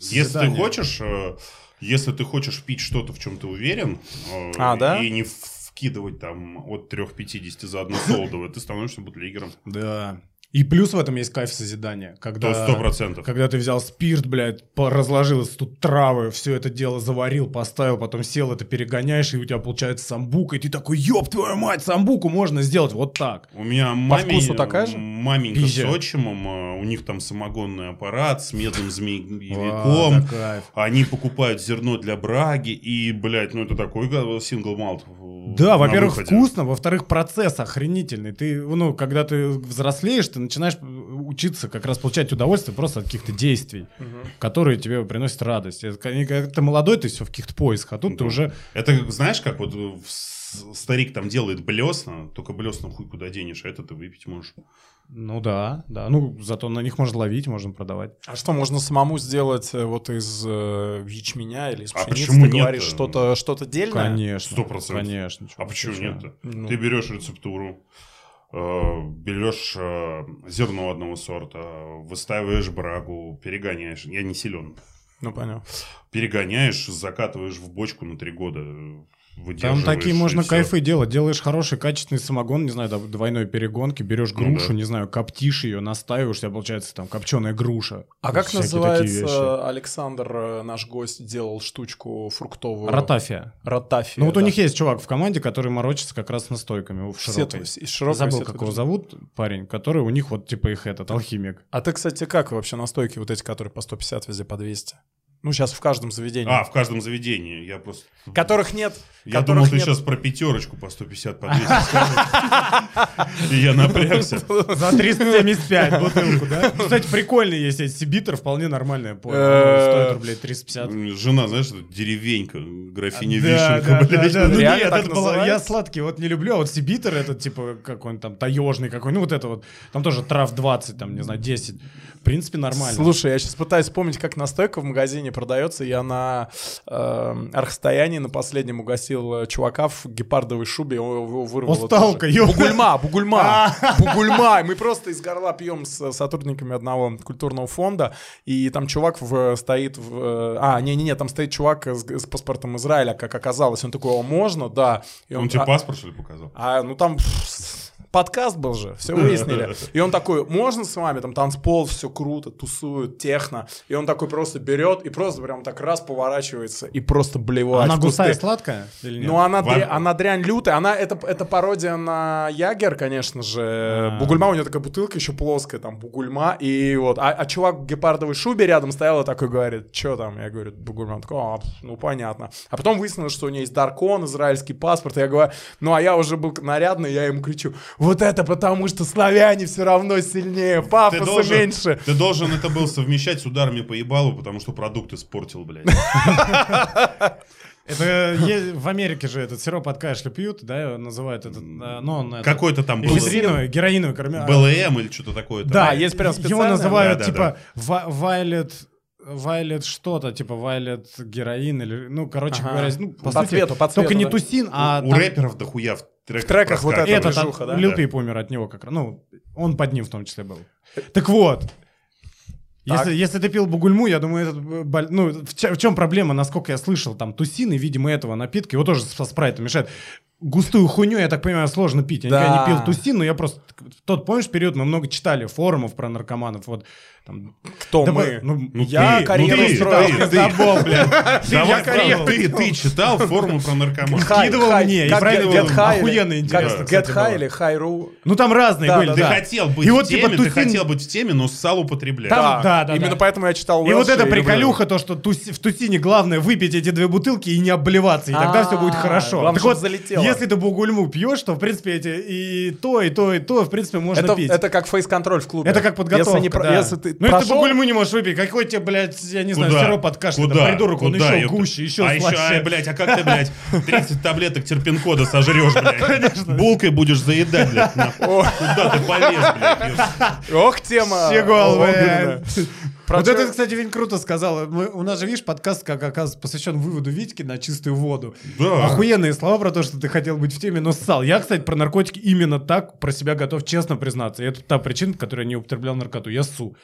S4: Если ты
S2: Свидание.
S4: хочешь, э, если ты хочешь пить что-то, в чем ты уверен, э,
S3: А, да?
S4: и не вкидывать там от 3,50 за одно солдовое, ты становишься бутлегером.
S2: Да. И плюс в этом есть кайф созидания. Когда...
S4: До
S3: Э,
S4: 100%.
S2: Когда ты взял спирт, блядь, по- разложил тут травы, все это дело заварил, поставил, потом сел, это перегоняешь, и у тебя получается самбук, и ты такой, ёб твою мать, самбуку можно сделать вот так.
S4: У меня маме,
S3: вкусу такая же?
S4: маменька
S2: Пизжа.
S4: с отчимом, э, у них там самогонный аппарат с медным
S2: Ладно,
S4: змеевиком.
S2: кайф.
S4: Они покупают зерно для браги, и, блядь, ну это такой га- сингл малт. э,
S2: Да,
S4: на
S2: во-первых,
S4: выходе.
S2: вкусно, во-вторых, процесс охренительный. Ты, ну, когда ты взрослеешь, ты начинаешь э, учиться как раз получать удовольствие просто от каких-то действий, которые тебе приносят радость. Это, конечно, Когда ты молодой, ты все в каких-то поисках, а тут ты
S4: Да.
S2: уже...
S4: Это как, знаешь, как вот э, в- с- старик там делает блесна, только блесна хуй куда денешь, а это ты выпить можешь.
S2: Ну да, да. Ну, зато на них можно ловить, можно продавать.
S3: А что, можно самому сделать э, вот из э, ячменя или из
S4: А
S3: пшеницы?
S4: почему
S3: Ты
S4: нет?
S3: говоришь, что-то что дельное?
S2: Конечно.
S4: Сто процентов.
S2: Конечно.
S4: А почему
S2: Слушай,
S4: нет-то?
S3: Ну.
S4: Ты берешь рецептуру, э, берешь э, зерно одного сорта, выстаиваешь брагу, перегоняешь. Я не силен.
S3: Ну, понятно.
S4: Перегоняешь, закатываешь в бочку на три года. э,
S2: Там
S4: выдерживаешь,
S2: такие
S4: и
S2: можно
S4: всё.
S2: кайфы делать. Делаешь хороший качественный самогон, не знаю, доб- двойной перегонки, берешь
S4: Ну
S2: грушу,
S4: да.
S2: не знаю, коптишь ее, настаиваешь, у тебя получается там копченая груша.
S3: А
S2: Вот
S3: как
S2: всякие такие вещи.
S3: называется, Александр, э, наш гость, делал штучку фруктовую?
S2: Ротафия.
S3: Ротафия,
S2: Ну вот у
S3: э, да.
S2: них есть чувак в команде, который морочится как раз с настойками. у- В широкой.
S3: Сетовый, из широкой
S2: Забыл,
S3: сетовой
S2: как его
S3: жизни.
S2: зовут, парень, который у них вот типа их этот, алхимик.
S3: А ты, кстати, как вообще настойки вот эти, которые по 150 везде, по 200? Ну, сейчас в каждом заведении.
S4: А, в каждом заведении. Я просто...
S3: Которых нет.
S4: Я
S3: которых
S4: думал, ты
S3: нет.
S4: сейчас про пятерочку по 150 по 200 скажешь. И я напрягся.
S2: *laughs* За 375 бутылку, да? Кстати, прикольные есть эти сибитер, вполне нормальная по
S3: Э,
S2: Стоит рублей 350.
S4: Жена, знаешь, это деревенька, графиня
S2: Да,
S4: Вишенка,
S2: да,
S4: блядь.
S2: да, да. Ну,
S3: Реально
S2: нет,
S3: так
S2: это было- я
S3: называется?
S2: сладкий вот не люблю, а вот сибитер этот, типа, как он там, таежный какой, ну вот это вот, там тоже трав 20, там, не знаю, 10. В принципе, нормально.
S3: Слушай, я сейчас пытаюсь вспомнить, как настойка в магазине продается. Я на э, архстоянии на последнем угасил э, чувака в гепардовой шубе, его, его вырвало.
S2: Осталка,
S3: тоже.
S2: ёпта.
S3: Бугульма, бугульма, бугульма. И Мы просто из горла пьем с э, сотрудниками одного культурного фонда, и там чувак в- стоит в... э, А, не-не-не, там стоит чувак с, с паспортом Израиля, как оказалось. Он такой, о, можно, да. И
S4: Он типа
S3: а-
S4: тебе паспорт, что ли, показал?
S3: а, ну там *laughs* пф, подкаст был же, все выяснили. И он такой, можно с вами, там танцпол, все круто, тусуют, техно. И он такой просто берет и просто прям так раз поворачивается и просто блевает
S2: А Она
S3: в кусты.
S2: густая, сладкая или нет?
S3: Ну, она,
S4: Вам-
S3: дря- она дрянь лютая. Она, это, это пародия на Ягер, конечно же. Бугульма, у нее такая бутылка еще плоская, там, Бугульма. И вот. А, а чувак в гепардовой шубе рядом стоял и такой говорит, что там? Я говорю, Бугульма. Он такой, «А, пф, ну, понятно. А потом выяснилось, что у нее есть Даркон, израильский паспорт. И я говорю, ну, а я уже был нарядный, я ему кричу, вот это потому, что славяне все равно сильнее,
S2: А
S4: Ты
S3: пафоса
S4: должен,
S3: меньше.
S4: ты должен это был совмещать с ударами по ебалу, потому что продукт испортил, блядь.
S3: а
S2: Это е- в Америке же этот сироп от кашля пьют, да, называют этот, а, ну, он этот-
S4: Какой-то там был...
S2: эфедриновый, героиновый, кормя-
S4: БЛМ или что-то такое. там.
S2: Да,
S3: А, есть прям
S2: Его
S3: специальное?
S2: называют
S4: Да, да,
S2: типа ва- Violet Вайлет что-то, типа Вайлет героин или, ну, короче
S3: Ага.
S2: говоря, ну, по
S3: По
S2: сути,
S3: цвету, по
S2: только
S3: цвету,
S2: не
S3: да.
S2: тусин, а
S4: У
S2: там
S4: рэперов дохуя в треках,
S3: В треках вот
S4: проскакивает.
S2: этот,
S3: движуха, да?
S2: Лил
S4: Да.
S2: Пип умер от него как раз, ну, он под ним в том числе был. Так вот,
S3: Так.
S2: если, если ты пил бугульму, я думаю, этот, э, боль- ну, в, чем проблема, насколько я слышал, там тусины, видимо, этого напитка, его тоже со спрайтом мешает. Густую хуйню, я так понимаю, сложно пить. Я никогда не
S3: Да.
S2: пил тусин, но я просто... Тот, помнишь, период мы много читали форумов про наркоманов, вот там...
S3: Кто
S2: Да
S3: мы?
S2: бы- ну,
S4: Ну,
S3: Я
S4: ты,
S3: карьеру
S4: ну, ты,
S3: строил.
S4: ты, ты.
S2: Пиздобол, блядь.
S4: *laughs* Давай,
S2: карьеру
S4: правда, ты, ты читал форму про наркоманов?
S3: Хай,
S2: скидывал
S3: хай,
S2: мне, и
S3: как
S2: правильно
S3: Get
S2: было.
S3: High или-
S2: Охуенно интересно,
S4: как
S2: кстати,
S3: Get High
S2: было.
S3: или Хайру.
S2: Ну там разные
S3: Да,
S2: были,
S3: да,
S4: Ты
S2: да.
S4: хотел быть
S2: И
S4: в
S2: вот, типа,
S4: теме, ты
S2: тусин-
S4: хотел быть в теме, но ссал употреблял.
S2: Там- да, да,
S3: Именно
S2: да.
S3: поэтому я читал
S2: И вот
S3: Уэлша
S2: эта
S3: люблю.
S2: приколюха, то, что туси- в тусине главное выпить эти две бутылки и не обливаться, и тогда все будет
S3: А,
S2: хорошо.
S3: главное,
S2: Так
S3: чтоб
S2: вот,
S3: залетело.
S2: если ты бугульму пьешь, то, в принципе, эти и то, и то, и то, в принципе, можно
S3: это,
S2: пить.
S3: это как фейс-контроль в клубе.
S2: Это как подготовка,
S3: Если, не про-
S2: да.
S3: если ты
S2: Ну, если
S3: *laughs*
S2: ты
S3: прошел,
S2: бугульму не можешь выпить, какой тебе, блядь, я не знаю,
S4: Куда?
S2: сироп от кашля,
S4: Куда?
S2: там, придурок, он
S4: Куда,
S2: еще
S4: ёпта?
S2: гуще, еще
S4: А еще,
S2: слаще.
S4: ай, блядь, а как ты, блядь, 30 таблеток терпинкода сожрешь, блядь? Булкой будешь заедать, блядь, нахуй. Куда ты полез,
S2: *laughs*
S4: блядь? ёпта?
S3: ох, тема.
S2: Щегол,
S3: О,
S2: блядь.
S3: да. Про
S2: Вот
S3: чё-
S2: это, кстати, Винь круто сказал. Мы- у нас же, видишь, подкаст, как оказывается, посвящен выводу Витьки на чистую воду.
S4: Да.
S2: Охуенные слова про то, что ты хотел быть в теме, но ссал. Я, кстати, про наркотики именно так про себя готов честно признаться. И это та причина, по которой я не употреблял наркоту. Я ссу.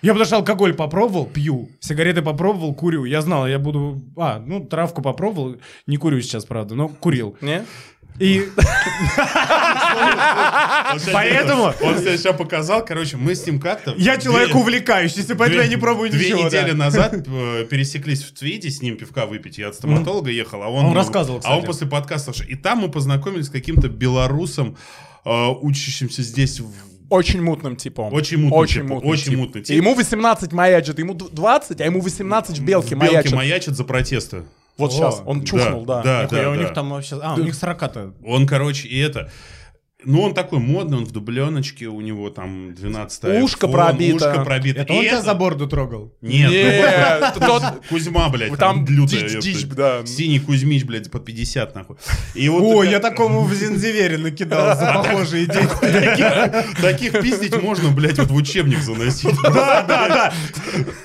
S2: Я потому что алкоголь попробовал, пью. Сигареты попробовал, курю. Я знал, я буду... А, ну, травку попробовал. Не курю сейчас, правда, но курил.
S3: Не?
S2: И *laughs*
S4: Он сейчас-
S2: Поэтому-
S4: Он сейчас показал, короче, мы с ним как-то...
S2: я человек
S4: Две-
S2: увлекающийся, *laughs* поэтому я не пробую
S4: две
S2: ничего. да.
S4: недели назад
S2: *laughs*
S4: э, пересеклись в Твиде, с ним пивка выпить. Я от стоматолога ехал, а он...
S2: Он рассказывал,
S4: А он
S2: кстати.
S4: после подкаста... слушай, И там мы познакомились с каким-то белорусом, э, учащимся здесь в
S3: Очень мутным типом.
S4: Очень мутный
S3: Очень
S4: тип,
S3: мутный
S4: очень
S3: тип.
S4: мутный
S3: И
S4: тип.
S3: ему 18 маячит, ему д- 20, а ему 18 в белке
S4: Белки
S3: маячит.
S4: маячат за протесты.
S3: Вот
S2: О,
S3: сейчас, он чухнул, да.
S4: Да,
S2: Нихуя,
S4: да,
S2: у
S4: да.
S2: них там вообще... А, у них 40-то.
S4: Он, короче, и это... Ну, он такой модный, он в дубленочке, у него там 12
S3: Ушко пробито.
S4: Ушко пробито.
S2: Это
S4: И
S2: он тебя
S4: это-
S2: за бороду трогал?
S4: Нет,
S3: Нет, *laughs*
S4: ну,
S3: тот-
S4: Кузьма, блядь,
S3: Там
S4: там, лютая,
S3: дичь,
S4: ёпта.
S3: дичь, да.
S4: Синий Кузьмич, блядь, по 50, нахуй. И вот
S2: О,
S4: ты
S2: я
S4: как-
S2: такому в Зензевере накидал за похожие идеи.
S4: таких, таких пиздить можно, блядь, вот в учебник заносить.
S2: Да, да, да.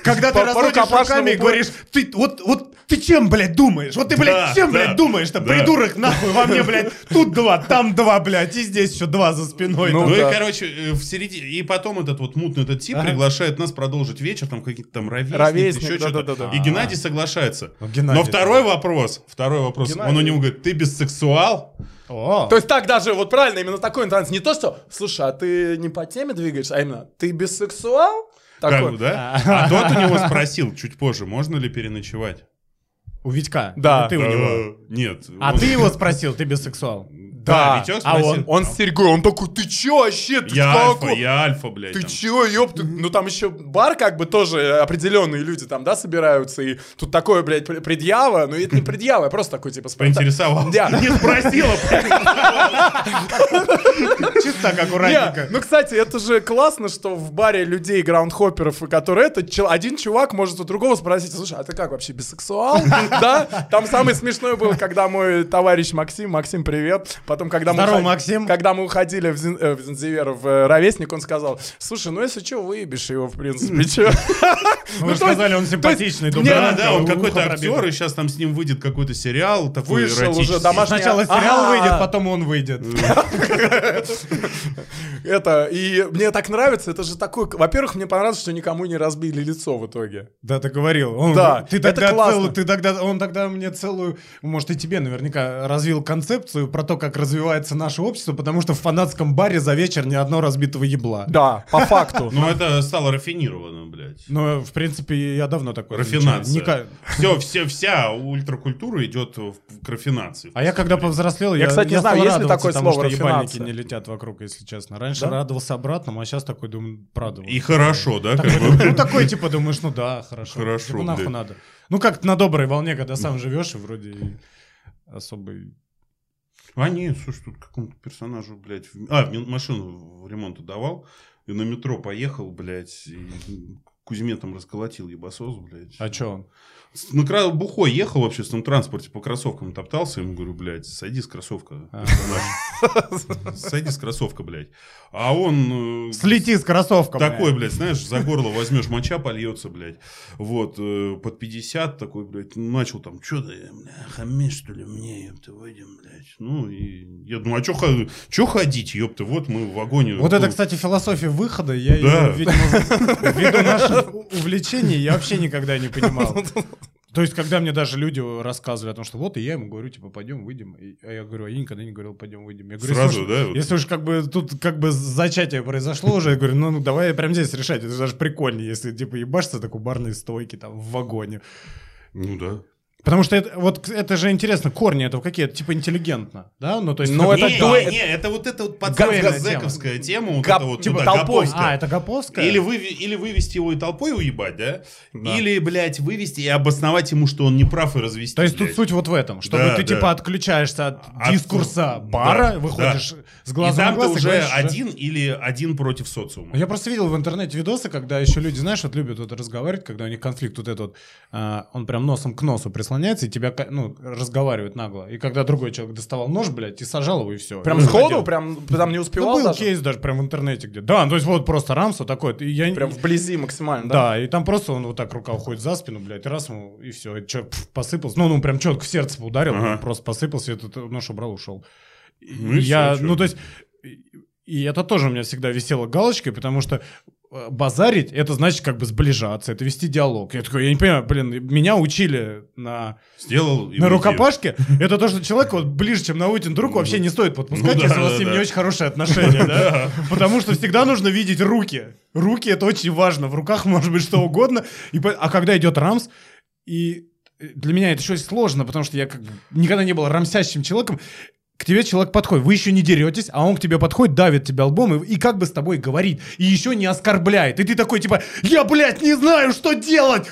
S2: Когда ты
S3: По- по
S2: разводишь
S3: рукопашному
S2: руками и
S3: бою.
S2: говоришь, ты вот, вот ты чем, блядь, думаешь? Вот ты, блядь,
S4: Да,
S2: чем,
S4: да,
S2: блядь, думаешь-то?
S4: да.
S2: Придурок, нахуй, во мне, блядь, тут два, там два, блядь, и здесь еще два за спиной.
S4: Ну,
S3: Ну да.
S4: и, короче, э, в середине... И потом этот вот мутный этот тип
S2: Ага.
S4: приглашает нас продолжить вечер, там какие-то там ровесники,
S3: Ровесник,
S4: еще
S3: да,
S4: что-то.
S3: да, да, да.
S4: И Геннадий соглашается.
S2: Ну, Геннадий,
S4: Но второй вопрос, второй вопрос, он у него говорит, ты бессексуал?
S2: О,
S3: То есть так даже, вот правильно, именно такой интонации. Не то, что, слушай, а ты не по теме двигаешься, а именно, ты бисексуал?
S4: Как
S3: Такой.
S4: бы, да? А тот у него спросил чуть позже, можно ли переночевать?
S2: у Витька.
S3: Да.
S2: Ну, Ты у него.
S4: Э, Нет.
S2: А
S4: он-
S2: ты его спросил, ты бисексуал?
S4: Да, Витек
S3: а
S4: спросил.
S3: он, он с серьгой, он такой, ты чё вообще? Ты
S4: Я альфа,
S3: какой?
S4: я альфа, блядь.
S3: Ты
S4: там.
S3: чё, ёб ты? Ну там еще бар как бы тоже определенные люди там, да, собираются, и тут такое, блядь, пр- предъява, ну это не предъява, а просто такой, типа, спонтан-
S4: Поинтересовал.
S3: Да.
S4: Не спросила.
S2: Чисто так,
S3: Не,
S2: аккуратненько.
S3: ну, кстати, это же классно, что в баре людей, граундхопперов, и которые это, чел- один чувак может у другого спросить, слушай, а ты как вообще, бисексуал? Да? Там самое смешное было, когда мой товарищ Максим, Максим, привет, потом, когда мы...
S2: Здорово,
S3: уходи-
S2: Максим.
S3: Когда мы уходили в Зин- э, в Занзивер, в э, Ровесник, он сказал, слушай, ну если что, выебешь его, в принципе, чё?» *laughs*
S2: Вы
S3: ну,
S2: же
S3: то есть-
S2: сказали,
S3: то
S2: он
S3: есть-
S2: симпатичный,
S3: не,
S2: добрый.
S4: ну Да, да, он
S2: ухо
S4: какой-то
S2: пробито.
S4: актер, и сейчас там с ним выйдет какой-то сериал такой
S3: Вышел уже,
S4: эротический.
S3: домашний.
S2: Сначала
S3: Ага.
S2: сериал выйдет, потом он выйдет.
S3: Это, и мне так нравится, это же такой... Во-первых, мне понравилось, что никому не разбили лицо в итоге.
S2: Да, ты говорил. Он,
S3: Да,
S2: ты
S3: это
S2: тогда
S3: классно.
S2: целую- ты тогда, он тогда мне целую, может и тебе наверняка развил концепцию про то, как развивается наше общество, потому что в фанатском баре за вечер ни одно разбитого ебла.
S3: Да, по факту.
S4: Ну, это стало рафинированно, блядь.
S2: Но в принципе я давно такой.
S4: Рафинация.
S2: Ника-
S4: Все, все, вся ультракультура идет в- к рафинации.
S2: А я когда повзрослел, я,
S3: кстати, не
S2: стал
S3: знаю, есть ли
S2: радоваться
S3: такое
S2: тому,
S3: слово
S2: что ебальники
S3: «рафинация»?
S2: не летят вокруг, если честно. Раньше
S3: Да?
S2: радовался обратному, а сейчас такой думаю, правда.
S4: И хорошо, да? как бы?
S2: Ну *laughs* такой типа думаешь, ну да, хорошо.
S4: Хорошо,
S2: Типа, нахуй
S4: блядь.
S2: надо. Ну как на доброй волне, когда сам живешь и вроде и особо и
S4: А нет, слушай, тут какому-то персонажу, блядь... в- А, мне машину в ремонт давал, и на метро поехал, блядь, и Кузьме там расколотил ебасос, блядь.
S2: А чё он?
S4: С- На кра- бухой ехал в общественном транспорте, по кроссовкам топтался, ему говорю, блядь, садись, кроссовка.
S2: А.
S4: Садись, кроссовка, блядь. А он... э,
S2: Слети с кроссовком.
S4: Такой, блядь, знаешь, за горло возьмешь, моча польется, блядь. Вот, э, под 50 такой, блядь, начал там, что ты, бля, хамишь, что ли, мне, ёпта, выйдем, блядь. Ну, и я думаю, а что чё ходить, ёпта, вот мы в вагоне.
S2: Вот это,
S4: Ну,
S2: кстати, философия выхода. Я
S4: Да.
S2: ее, видимо, ввиду наших увлечений, я вообще никогда не понимал.
S4: *laughs*
S2: То есть, когда мне даже люди рассказывали о том, что вот, и я ему говорю, типа, пойдем, выйдем. И- а я говорю, а я никогда не говорил, пойдем, выйдем. Я говорю,
S4: Сразу,
S2: «Слушай,
S4: да? вот.
S2: Если уж как бы тут как бы зачатие произошло уже, я говорю, ну, ну, давай прямо здесь решать. Это же даже прикольнее, если типа ебашься такой барной стойки там в вагоне.
S4: Ну, да.
S2: Потому что это, вот это же интересно, корни этого какие? Это типа интеллигентно, да? Ну, то есть...
S3: Ну,
S2: как-
S3: это
S4: не,
S3: то-
S4: не, не, это вот эта вот пацанская
S2: Гапская
S4: зэковская тема, вот
S3: Гап-
S4: эта вот
S3: типа
S4: ну да,
S3: толпой.
S4: гаповская.
S2: А, это Гоповская?
S4: Или, вы, или вывести его и толпой уебать, да?
S3: Да.
S4: Или, блядь, вывести и обосновать ему, что он не прав и развести.
S2: То есть тут
S4: блядь.
S2: суть вот в этом, чтобы
S4: Да,
S2: ты
S4: да.
S2: типа отключаешься от,
S4: От-
S2: дискурса
S4: да,
S2: бара,
S4: да.
S2: выходишь с
S4: И
S2: глаза на
S4: там ты
S2: глаз и
S4: уже
S2: говоришь, что-
S4: один или один против социума.
S2: Ну, Я просто видел в интернете видосы, когда еще люди, знаешь, вот любят вот разговаривать, когда у них конфликт вот этот, вот, а, он прям носом к носу прислоняется и тебя, ка- ну, разговаривает нагло. И когда другой человек доставал нож, блядь, и сажал его, и все.
S3: Прям сходу, прям там не успевал
S2: Ну, был
S3: даже?
S2: кейс даже прям в интернете где. Да, ну, то есть вот просто Рамсу такой. И я... не-
S3: Прям вблизи максимально, да?
S2: Да, и там просто он вот так рука уходит за спину, блядь, раз ему, и все, и человек пф, посыпался. Ну, он ему прям четко в сердце ударил,
S4: Ага.
S2: он просто посыпался, и этот э, нож убрал, ушел. И
S4: Ну и
S2: я,
S4: всё, чё?
S2: ну, то есть, и- и это тоже у меня всегда висело галочкой, потому что э, базарить, это значит как бы сближаться, это вести диалог. Я такой, я не понимаю, блин, меня учили на,
S4: Сделал и
S2: на
S4: уйди. *laughs*
S2: рукопашке, это то, что человека вот ближе, чем на вытянутую руку, вообще не стоит подпускать,
S4: Ну да,
S2: если у вас
S4: да,
S2: с ним
S4: да.
S2: не очень хорошие
S4: *laughs*
S2: отношения, да?
S4: Да.
S2: Потому что всегда нужно видеть руки. Руки это очень важно. В руках может быть что угодно. И, по- а когда идет Рамс, и э, для меня это еще сложно, потому что я как бы никогда не был рамсящим человеком. К тебе человек подходит, вы еще не деретесь, а он к тебе подходит, давит тебя лбом и, и как бы с тобой говорит, и еще не оскорбляет. И ты такой типа, я, блядь, не знаю, что делать!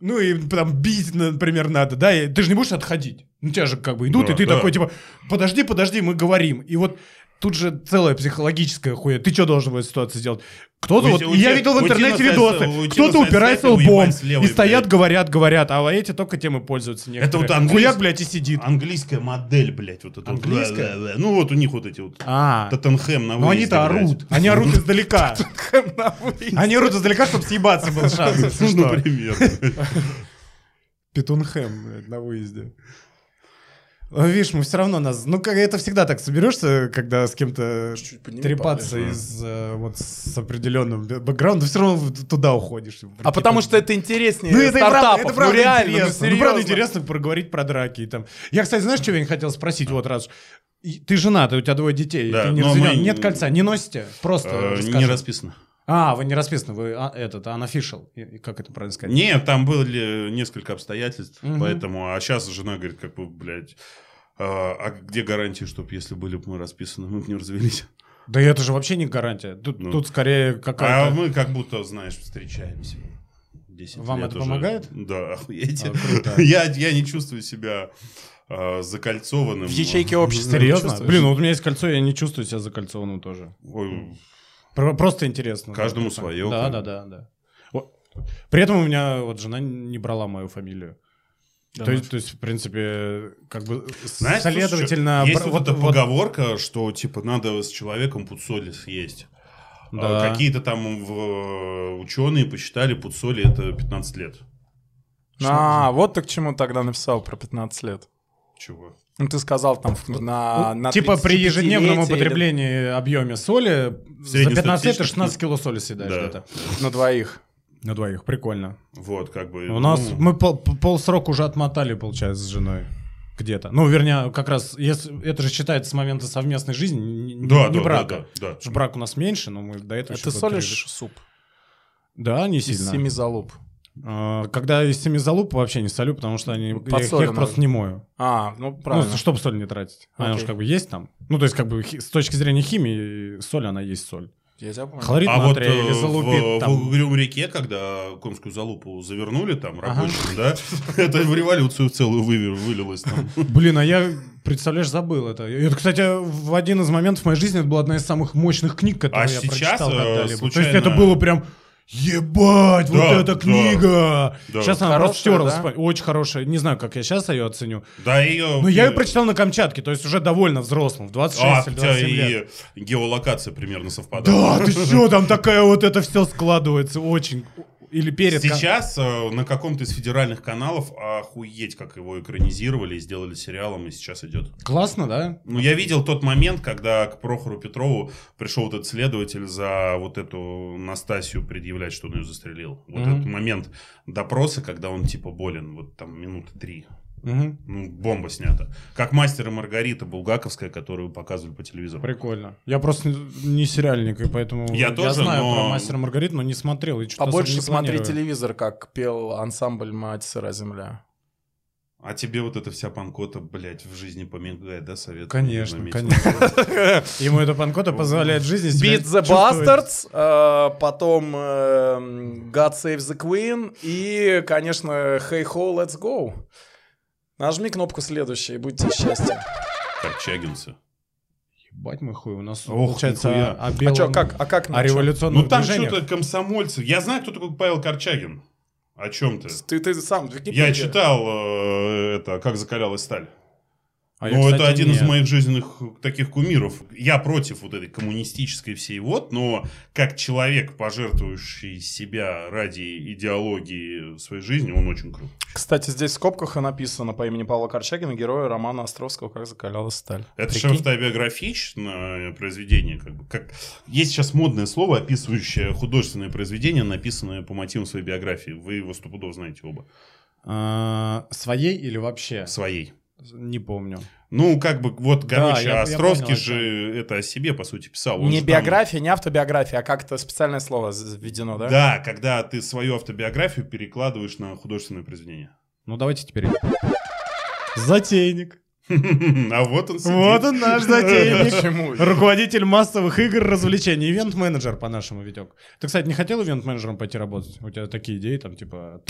S2: Ну и там бить, например, надо, да? и ты же не будешь отходить. Ну тебя же как бы идут,
S4: Да,
S2: и ты
S4: да.
S2: такой типа, подожди, подожди, мы говорим. И вот тут же целая психологическая хуя. Ты что должен в этой ситуации сделать? Кто-то
S4: Уйти-
S2: вот, и
S4: уйти-
S2: я видел в
S4: уйти
S2: интернете
S4: на сайт-
S2: видосы,
S4: уйти
S2: кто-то
S4: на сайт
S2: упирается
S4: сайта и
S2: лбом,
S4: уебать слева,
S2: и
S4: блядь.
S2: стоят, говорят, говорят, а эти только тем и пользуются
S4: Это вот
S2: некоторые.
S4: английс-
S2: Хуяк, блядь, и сидит.
S4: Английская модель, блядь, вот эта. вот.
S2: Английская?
S4: Да-да-да. Ну вот у них вот эти вот.
S2: А,
S4: Тоттенхэм на
S2: ну
S4: выезде,
S2: они-то
S4: блядь.
S2: орут, они орут издалека.
S3: На выезд.
S2: Они орут издалека, чтобы съебаться был шанс. если
S4: *laughs* Ну,
S2: что.
S4: например.
S2: Петунхэм, блядь, на выезде. Ну, Видишь, мы все равно нас... Ну, как это всегда так соберешься, когда с кем-то
S3: Чуть-чуть подними,
S2: трепаться
S4: Павлик.
S2: из э, вот с определенным б- бэкграундом, все равно в- туда уходишь. Типа,
S3: А потому что это интереснее
S2: ну, это и правда,
S3: стартапов.
S2: это правда
S3: ну, реально, ну,
S2: интересно. Ну,
S3: серьезно.
S2: правда интересно проговорить про драки. и Там. Я, кстати, знаешь, чего я не хотел спросить? Вот раз. И Ты жена, ты, у тебя двое детей,
S4: Да,
S2: ты не
S4: но
S2: разведен.
S4: мы-
S2: Нет кольца, не носите? Просто
S4: Э,
S2: расскажи.
S4: Не расписано.
S2: А, вы не расписаны, вы а, этот, unofficial. И- и Как это правильно сказать?
S4: Нет, там были несколько обстоятельств,
S2: Мгм.
S4: поэтому... А сейчас жена говорит, как бы, блядь... А а где гарантии, чтобы если были бы мы расписаны, мы бы не развелись?
S2: Да это же вообще не гарантия. Тут,
S4: Ну.
S2: тут скорее
S4: А
S2: какая-то...
S4: мы как будто, знаешь, встречаемся. 10
S2: Вам
S4: лет
S2: это
S4: уже.
S2: помогает?
S4: Да, *laughs* охуеть.
S2: А, круто.
S4: Я я не чувствую себя а, закольцованным.
S3: В ячейке общества.
S2: Серьезно?
S3: Ну, чувствуешь?
S2: Блин, ну, вот у меня есть кольцо, я не чувствую себя закольцованным тоже.
S4: Ой,
S2: Про- Просто интересно.
S4: Каждому
S2: Да,
S4: своё,
S2: Да,
S4: как
S2: да,
S4: бы.
S2: да, да. О, При этом у меня вот жена не брала мою фамилию.
S3: Да,
S2: то, есть, то есть, в принципе, как бы с-
S4: Знаешь,
S2: следовательно...
S4: слушай, есть
S2: бра-
S4: вот, эта
S2: вот-
S4: поговорка, что типа надо с человеком пудсоли съесть.
S2: Да.
S4: А Какие-то там в- ученые посчитали, пудсоли это 15 лет.
S3: А, вот ты к чему тогда написал про 15 лет.
S4: Чего?
S3: Ну, ты сказал там в- на... А, на
S2: типа при
S3: 35-летие
S2: ежедневном
S3: или
S2: употреблении объеме соли за 15 лет ты 16 кило соли съедаешь
S4: Да.
S2: где-то.
S3: На двоих.
S2: На двоих, прикольно.
S4: Вот, как бы.
S2: У нас
S4: ну,
S2: мы пол, полсрока уже отмотали, получается, с женой. Где-то. Ну, вернее, как раз, если это же считается с момента совместной жизни, не,
S4: Да,
S2: не
S4: да,
S2: брака.
S4: да, да, да.
S2: Потому что брак у нас меньше, но мы до
S3: А
S2: этого еще
S3: ты
S2: год
S3: солишь суп
S2: пережили. Да, не
S3: из
S2: сильно.
S3: семи залуп?
S2: А, когда из семи залуп вообще не солю, потому что они, я их- я их,
S3: Подсолено.
S2: просто не мою.
S3: А, ну
S2: Ну,
S3: правильно.
S2: чтобы соль не тратить. Она
S3: Окей.
S2: уж как бы есть там. Ну, то есть как бы хи- с точки зрения химии соль, она есть соль.
S3: Я тебя понял.
S2: Хлорид
S4: А вот
S2: натрия
S4: э,
S2: или залупит
S4: в,
S2: там.
S4: в Угрюм-реке, когда Комскую залупу завернули там
S2: Ага.
S4: рабочим, да, *laughs* это в революцию целую вывер-
S2: *laughs*
S4: вылилось там.
S2: Блин, а я, представляешь, забыл это. И Это, кстати, в один из моментов моей жизни это была одна из самых мощных книг, которую
S4: А
S2: я
S4: сейчас,
S2: прочитал
S4: э,
S2: когда-либо.
S4: случайно-
S2: То есть это было прям... Ебать, вот
S4: Да,
S2: эта
S4: да,
S2: книга!
S4: да.
S2: Сейчас она просто
S3: Хорошая,
S2: стерлась.
S3: да?
S2: память. Очень хорошая. Не знаю, как я сейчас ее оценю.
S4: Да, э, ее...
S2: Но Ну, я ее прочитал на Камчатке, то есть уже довольно взрослым, в 26
S4: А,
S2: или
S4: хотя
S2: 27 лет.
S4: и геолокация примерно совпадала.
S2: Да, ты
S4: *laughs*
S2: что, там такая вот это все складывается очень. Или перед... кон-
S4: Сейчас э, на каком-то из федеральных каналов охуеть, как его экранизировали, и сделали сериалом, и сейчас идет.
S2: Классно, да?
S4: Ну, я видел тот момент, когда к Прохору Петрову пришел вот этот следователь за вот эту Настасью предъявлять, что он ее застрелил. Вот
S2: Мгм.
S4: этот момент допроса, когда он типа болен, вот там минуты три.
S2: Мгм.
S4: Ну, бомба снята. Как мастер и Маргарита Булгаковская, которую показывали по телевизору.
S2: Прикольно. Я просто не сериальник, и поэтому
S4: Я тоже,
S2: знаю
S4: но-
S2: про мастера и Маргариту, но не смотрел. И чё-то особо
S3: Побольше
S2: не
S3: смотри
S2: планирую.
S3: телевизор, как пел ансамбль «Мать сыра земля».
S4: А тебе вот эта вся панкота, блядь, в жизни помогает, да, совет?
S2: Конечно,
S4: Заметил.
S2: конечно. *laughs* Ему эта панкота позволяет в жизни себя
S3: Beat the
S2: чувствовать.
S3: Bastards, э, потом э, God Save the Queen и, конечно, Hey Ho, Let's Go. Нажми кнопку следующей, А и будет тебе счастье.
S4: Корчагинцы.
S2: Ебать мы хуй, у нас
S4: Ох,
S2: получается
S4: нихуя.
S2: о, о
S3: А чё,
S2: белом-
S3: как, а как?
S2: о
S3: чё?
S2: революционном
S4: Ну там что-то комсомольцы. Я знаю, кто такой Павел Корчагин. О чем ты?
S3: Ты, ты сам, Википедия.
S4: Я читал э, это «Как закалялась сталь».
S2: А я,
S4: ну, это
S2: кстати,
S4: один из
S2: нет.
S4: моих жизненных таких кумиров. Я против вот этой коммунистической всей вот, но как человек, пожертвующий себя ради идеологии своей жизни, он очень крут.
S3: Кстати, здесь в скобках и написано по имени Павла Корчагина, героя романа Островского «Как закалялась сталь».
S4: Это же
S3: Прикинь.
S4: автобиографичное произведение. Как бы, как... Есть сейчас модное слово, описывающее художественное произведение, написанное по мотивам своей биографии. Вы его стопудов знаете оба.
S2: А, Своей или вообще?
S4: Своей.
S2: Не помню.
S4: Ну, как бы, вот,
S2: Да,
S4: короче,
S2: я- я
S4: Островский
S2: понял, о
S4: же это о себе, по сути, писал. Он
S3: Не
S4: же там-
S3: биография, не автобиография, а как-то специальное слово з- введено, да?
S4: Да, когда ты свою автобиографию перекладываешь на художественное произведение. *laughs*
S2: Ну давайте теперь. Затейник.
S4: А вот он сидит.
S2: Вот он *laughs* наш затейник.
S3: Почему?
S2: Руководитель массовых игр, развлечений, ивент-менеджер по-нашему, Витек. Ты, кстати, не хотел ивент-менеджером пойти работать? У тебя такие идеи там, типа...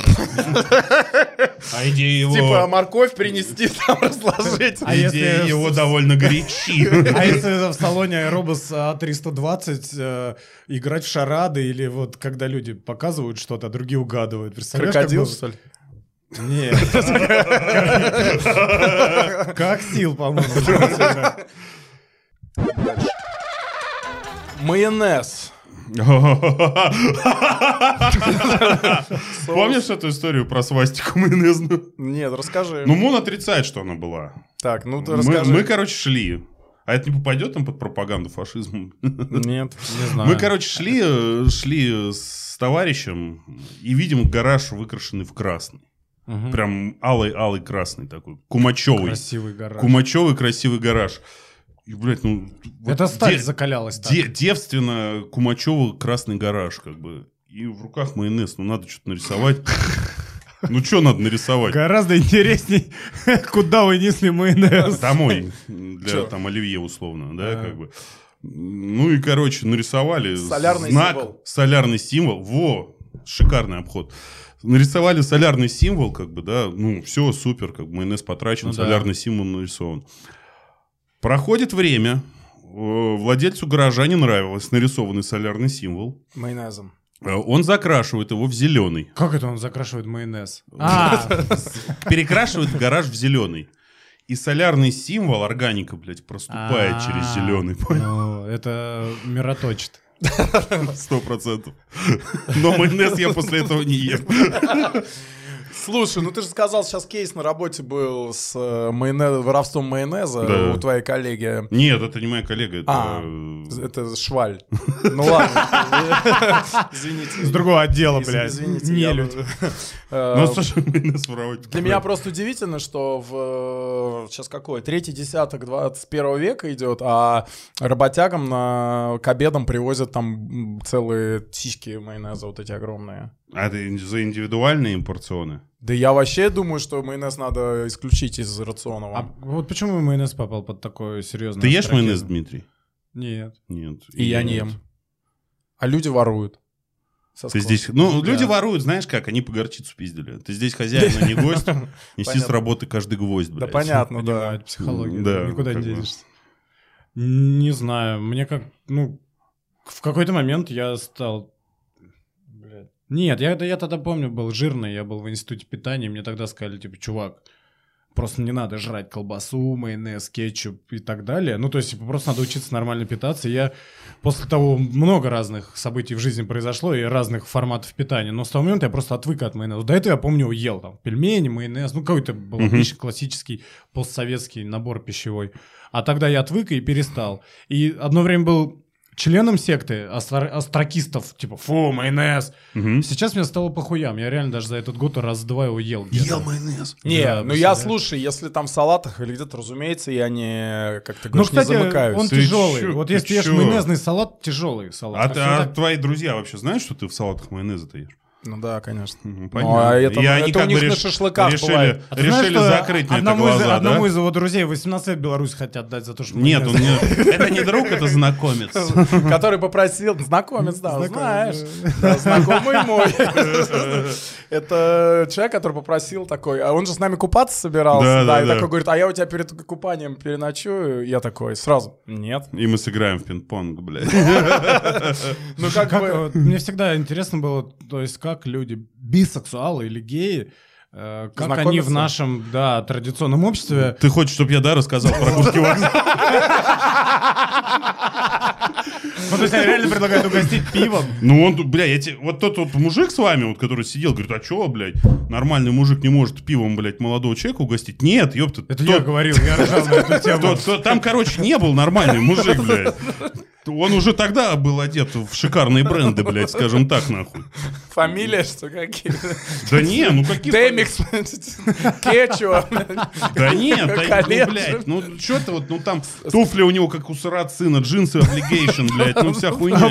S4: А идея его...
S3: Типа морковь принести, *laughs* там разложить.
S2: А
S4: идея
S2: если-
S4: его довольно
S2: *laughs*
S4: горячи.
S2: А если в салоне Аэробус А320 э, играть в шарады или вот когда люди показывают что-то, а другие угадывают. Представляешь, как
S3: Крокодил,
S2: было?
S3: что ли?
S2: Нет. Как сил, по-моему.
S3: Майонез. Соус.
S4: Помнишь эту историю про свастику майонезную?
S3: Нет, расскажи.
S4: Ну, Мон отрицает, что она была.
S3: так, ну ты
S4: Мы, мы,
S3: расскажи.
S4: короче, шли. А это не попадет там под пропаганду фашизма?
S3: Нет.
S2: Не знаю.
S4: Мы, короче, шли, э, шли с товарищем и видим гараж, выкрашенный в красный.
S2: Мгм.
S4: Прям алый-алый красный такой. Кумачевый.
S2: Красивый гараж.
S4: Кумачевый красивый гараж. И, блядь, ну... вот
S2: Это сталь
S4: де-
S2: закалялась так.
S4: де- девственно Кумачева красный гараж, как бы. И в руках майонез. Ну, надо
S2: *laughs*
S4: что-то нарисовать. Ну, что надо нарисовать?
S2: Гораздо интересней, *laughs* куда вынесли майонез. *laughs*
S4: Домой. Для
S3: Чё?
S4: там оливье условно, да,
S2: Да.
S4: как бы. Ну и, короче, нарисовали
S3: Солярный
S4: знак,
S3: символ.
S4: солярный символ. Во, шикарный обход. Нарисовали солярный символ, как бы, да, ну, все, супер, как бы, майонез потрачен,
S2: Ну да.
S4: солярный символ нарисован. Проходит время, э, владельцу гаража не нравилось нарисованный солярный символ.
S3: Майонезом.
S4: Э, Он закрашивает его в зеленый.
S2: Как это он закрашивает майонез?
S4: *laughs*
S2: А,
S4: Перекрашивает гараж в зеленый. И солярный символ, органика, блядь, проступает через
S2: А.
S4: зеленый.
S2: ну, это мироточит.
S4: *laughs* Сто процентов. Но майонез я после этого не ем.
S3: Слушай, ну ты же сказал, сейчас кейс на работе был с э, майоне- воровством майонеза
S4: Да.
S3: у твоей коллеги.
S4: Нет, это не моя коллега. Это...
S3: А.
S4: э,
S3: Это шваль. Ну ладно.
S2: *laughs*
S3: Извините.
S2: С другого отдела,
S3: Из-
S2: блядь.
S3: Извините.
S2: Не
S3: я
S2: люди.
S3: бы-
S4: Ну,
S3: Э,
S4: слушай, майонез воровать.
S3: Для меня просто удивительно, что в э, сейчас какой? Третий десяток 21 века идет, а работягам на, к обедам привозят там м, целые тички майонеза вот эти огромные.
S4: А это ин- за индивидуальные порционы?
S3: Да я вообще думаю, что майонез надо исключить из рациона.
S2: А
S3: вам.
S2: вот почему майонез попал под такое серьезное...
S4: Ты ешь
S2: остракизм?
S4: майонез, Дмитрий? *laughs*
S2: Нет.
S4: Нет.
S3: И я не
S4: нет.
S3: ем. А люди воруют. Со
S4: Ты
S3: склада.
S4: здесь... Ну,
S3: Да.
S4: люди воруют, знаешь как, они по горчицу пиздили. Ты здесь хозяин, а
S3: *laughs*
S4: не гость. Неси с
S3: Понятно.
S4: работы каждый гвоздь,
S3: Да
S4: блядь.
S3: понятно, да.
S2: Понимают психологию.
S4: Да,
S2: А, Никуда не
S4: как бы.
S2: денешься. Не знаю, мне как... Ну, в какой-то момент я стал... Блядь. Нет, я, да я тогда помню, был жирный, я был в институте питания, мне тогда сказали, типа, чувак, просто не надо жрать колбасу, майонез, кетчуп и так далее. Ну, то есть, типа, просто надо учиться нормально питаться. И Я после того много разных событий в жизни произошло и разных форматов питания, но с того момента я просто отвык от майонеза. До этого я помню, ел там пельмени, майонез, ну, какой-то был
S4: Мгм.
S2: обычный классический постсоветский набор пищевой. А тогда я отвык и перестал. И одно время был членом секты астра- астракистов, типа, фу, майонез.
S4: Мгм.
S2: Сейчас мне стало похуям. Я реально даже за этот год раз-два его ел. где-то.
S4: Ел майонез.
S3: Не,
S2: Да,
S3: ну я
S2: представляешь.
S3: слушай, если там в салатах или где-то, разумеется, я не, как ты
S2: Ну,
S3: говоришь,
S2: кстати,
S3: не замыкаюсь.
S2: он
S4: Ты
S2: тяжелый.
S4: чё?
S2: Вот
S4: Ты
S2: если ешь
S4: чё?
S2: майонезный салат, тяжелый салат.
S4: А,
S2: А
S4: ты-
S2: всё
S4: а
S2: так-
S4: твои друзья вообще знают, что ты в салатах майонеза-то ешь?
S3: Ну да, конечно.
S4: Мгм,
S3: Ну, а
S4: понятно.
S3: это,
S4: И
S3: ну,
S4: они
S3: это
S4: как
S3: у
S4: бы
S3: них на
S4: реш-
S3: шашлыках
S4: решили,
S3: бывает.
S2: А ты знаешь,
S4: решили
S2: что
S4: закрыть на это
S2: одному из-
S4: глаза,
S2: Одному
S4: да?
S2: из его друзей 18 лет Беларусь хотят дать за то, что...
S4: Нет, он
S2: *laughs*
S4: не- это не друг, это знакомец.
S3: *laughs* Который попросил, знакомец, да,
S2: Знакомец,
S3: знаешь, да, знакомый мой. Это человек, который попросил такой, а он же с нами купаться собирался,
S4: Да,
S3: да,
S4: да,
S3: и
S4: да.
S3: такой говорит, а я у тебя перед купанием переночую, я такой сразу, нет.
S4: И мы сыграем в
S2: *laughs*
S4: пинг-понг, блядь.
S3: Ну как
S2: Как,
S3: бы,
S2: вот, мне всегда интересно было, то есть как люди, бисексуалы или геи, э, как они в
S3: Знакомятся?
S2: нашем, да, традиционном обществе...
S4: Ты хочешь, чтобы я, да, рассказал про русский вокзал?
S2: Ну, то есть они реально предлагают угостить пивом.
S4: Ну он, тут, бля, я те- вот тот вот мужик с вами, вот, который сидел, говорит, а чё, блядь, нормальный мужик не может пивом, блядь, молодого человека угостить? Нет, ёпта.
S2: Это
S4: тот-
S2: я говорил, я ржал на эту тему.
S4: тот- тот- Э, Там, короче, не был нормальный мужик, блядь. Он уже тогда был одет в шикарные бренды, блядь, скажем так, нахуй.
S3: фамилия что какие?
S4: Да не, ну какие...
S3: Демикс, Кечуа. *laughs*
S4: Да нет, да, ну,
S3: Колец.
S4: блядь, ну что ты вот, ну там туфли у него как у сыра сына, джинсы облигейшн, блядь, ну вся хуйня.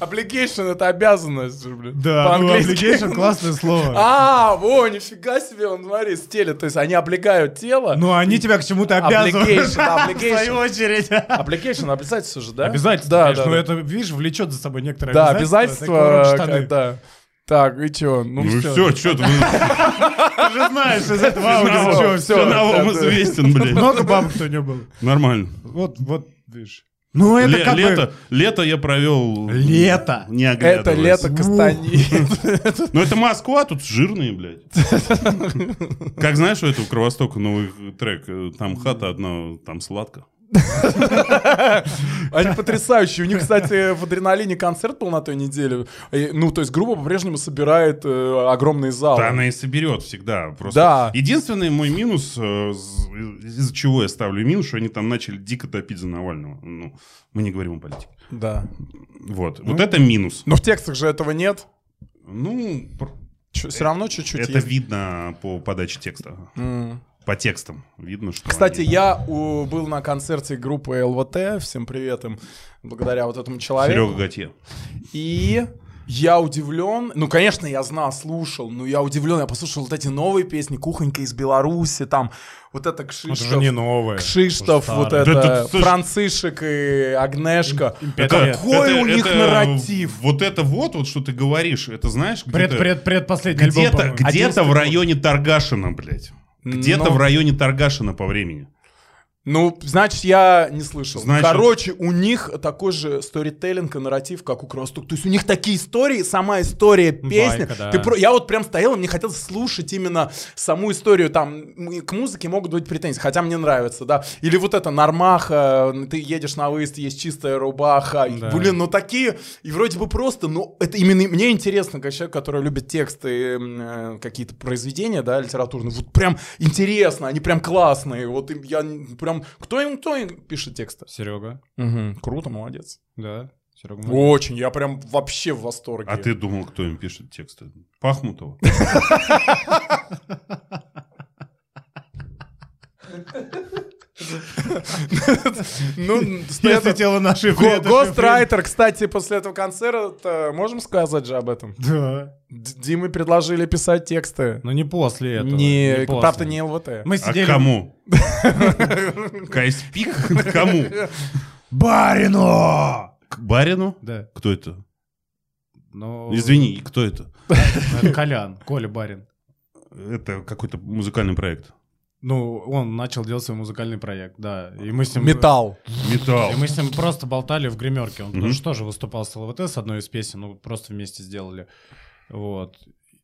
S3: Облигейшн — это обязанность же, блин.
S2: Да, ну,
S3: По-английски.
S2: obligation — классное слово.
S3: А, во, нифига себе, он, смотри, стелет. То есть они облегают тело.
S2: Ну, они тебя к чему-то *laughs* обязывают.
S3: Obligation, да,
S2: В свою
S3: obligation.
S2: очередь.
S3: Облигейшн, обязательство же, да?
S2: Обязательно,
S3: да,
S2: конечно. ну,
S3: да,
S2: Но
S3: да.
S2: это, видишь, влечет за собой некоторые
S3: Да, э,
S2: такой
S3: обязательство,
S2: урод штаны.
S3: как- да. Так, и чё? Ну,
S4: Ну
S3: всё.
S4: все, что ты, ну,
S2: Ты же знаешь, из этого
S4: Финал.
S2: аудио
S3: Всё,
S2: все.
S3: да,
S4: на вам
S3: да.
S4: известен, блядь.
S2: Много бабок кто не был.
S4: Нормально.
S2: Вот, вот, видишь. Ну, это
S4: Ле-
S2: как
S4: лето,
S2: бы...
S4: лето я провел.
S2: Лето.
S4: Не
S3: Это
S4: оглядываясь.
S3: лето Кастаньи.
S4: Но это Москва, тут жирные, блядь. Как знаешь, у этого Кровостока новый трек. э, Там хата одна, там сладко.
S3: Они потрясающие. У них, кстати, в адреналине концерт был на той неделе. И, Ну, то есть группа по-прежнему собирает э, огромный зал.
S4: Да, она и соберет всегда. Просто.
S3: Да.
S4: Единственный мой минус, э, з- из- из-за чего я ставлю минус, что они там начали дико топить за Навального. Ну, мы не говорим о политике.
S3: Да.
S4: Вот. вот это минус.
S3: Но в текстах же этого нет.
S4: Ну, пр-
S3: Все равно чуть-чуть
S4: это
S3: есть.
S4: видно по подаче текста.
S3: М.
S4: По текстам видно, что
S3: Кстати,
S4: они-
S3: я у- был на концерте группы ЛВТ, всем привет им, благодаря вот этому человеку.
S4: Серега Готье.
S3: И я удивлен, ну, конечно, я знал, слушал, но я удивлен, я послушал вот эти новые песни, «Кухонька из Беларуси», там, вот это
S2: Это
S3: Кшиштов,
S2: же не новое.
S3: Кшиштов,
S2: Старое.
S3: вот
S2: Да
S3: это,
S4: ты- слушай-
S3: Францишек и Агнешка.
S2: Это-
S3: Какой у них нарратив?
S4: Вот это вот, вот что ты говоришь, это знаешь,
S2: Пред,
S4: где-то
S2: пред, предпоследний альбом,
S4: где-то-
S2: по-моему.
S4: где-то
S3: 11
S4: в
S3: год.
S4: районе Таргашина, блядь. Где-то
S2: Ну.
S3: Но-
S4: в районе Таргашина по времени.
S3: Ну, значит, я не слышал.
S4: Значит-
S3: Короче, у них такой же сторителлинг и нарратив, как у Кростук. То есть у них такие истории, сама история песни.
S2: Байка, да.
S3: Ты про- Я вот прям стоял, и мне хотелось слушать именно саму историю. Там м, к музыке могут быть претензии, хотя мне нравится, да. Или вот это Нормаха, ты едешь на выезд, есть чистая рубаха. И,
S2: Да.
S3: Блин, ну такие, и вроде бы просто, но это именно мне интересно, как человек, который любит тексты, м, э, какие-то произведения, да, литературные, вот прям интересно, они прям классные, вот им- я н- прям, кто им, кто им пишет тексты?
S2: Серега,
S3: Круто, молодец.
S2: да. Серега. *laughs*
S3: Очень, я прям вообще в восторге.
S4: А ты думал, кто им пишет тексты? Пахмутова?
S3: Ну,
S2: Если
S3: это-
S2: тело нашей
S3: Го- Гострайтер, кстати, после этого концерта, э, можем сказать же об этом?
S2: Да.
S3: Д- Димы предложили писать тексты.
S2: Но не после этого.
S3: Не,
S2: после.
S3: правда, не ЛВТ.
S2: Мы
S4: А
S2: сидели...
S4: кому?
S2: *laughs*
S4: А Кайспик? Кому?
S2: Барину!
S4: К барину?
S2: Да.
S4: Кто это?
S2: Ну,
S4: Извини, кто это?
S2: это Колян, Коля Барин.
S4: Это какой-то музыкальный проект.
S2: Ну, он начал делать свой музыкальный проект, да. И мы с ним...
S3: Металл.
S4: Металл.
S2: И мы с ним просто болтали в гримерке. Он
S4: Мгм.
S2: тоже, тоже выступал с ЛВТ с одной из песен, ну, просто вместе сделали. Вот.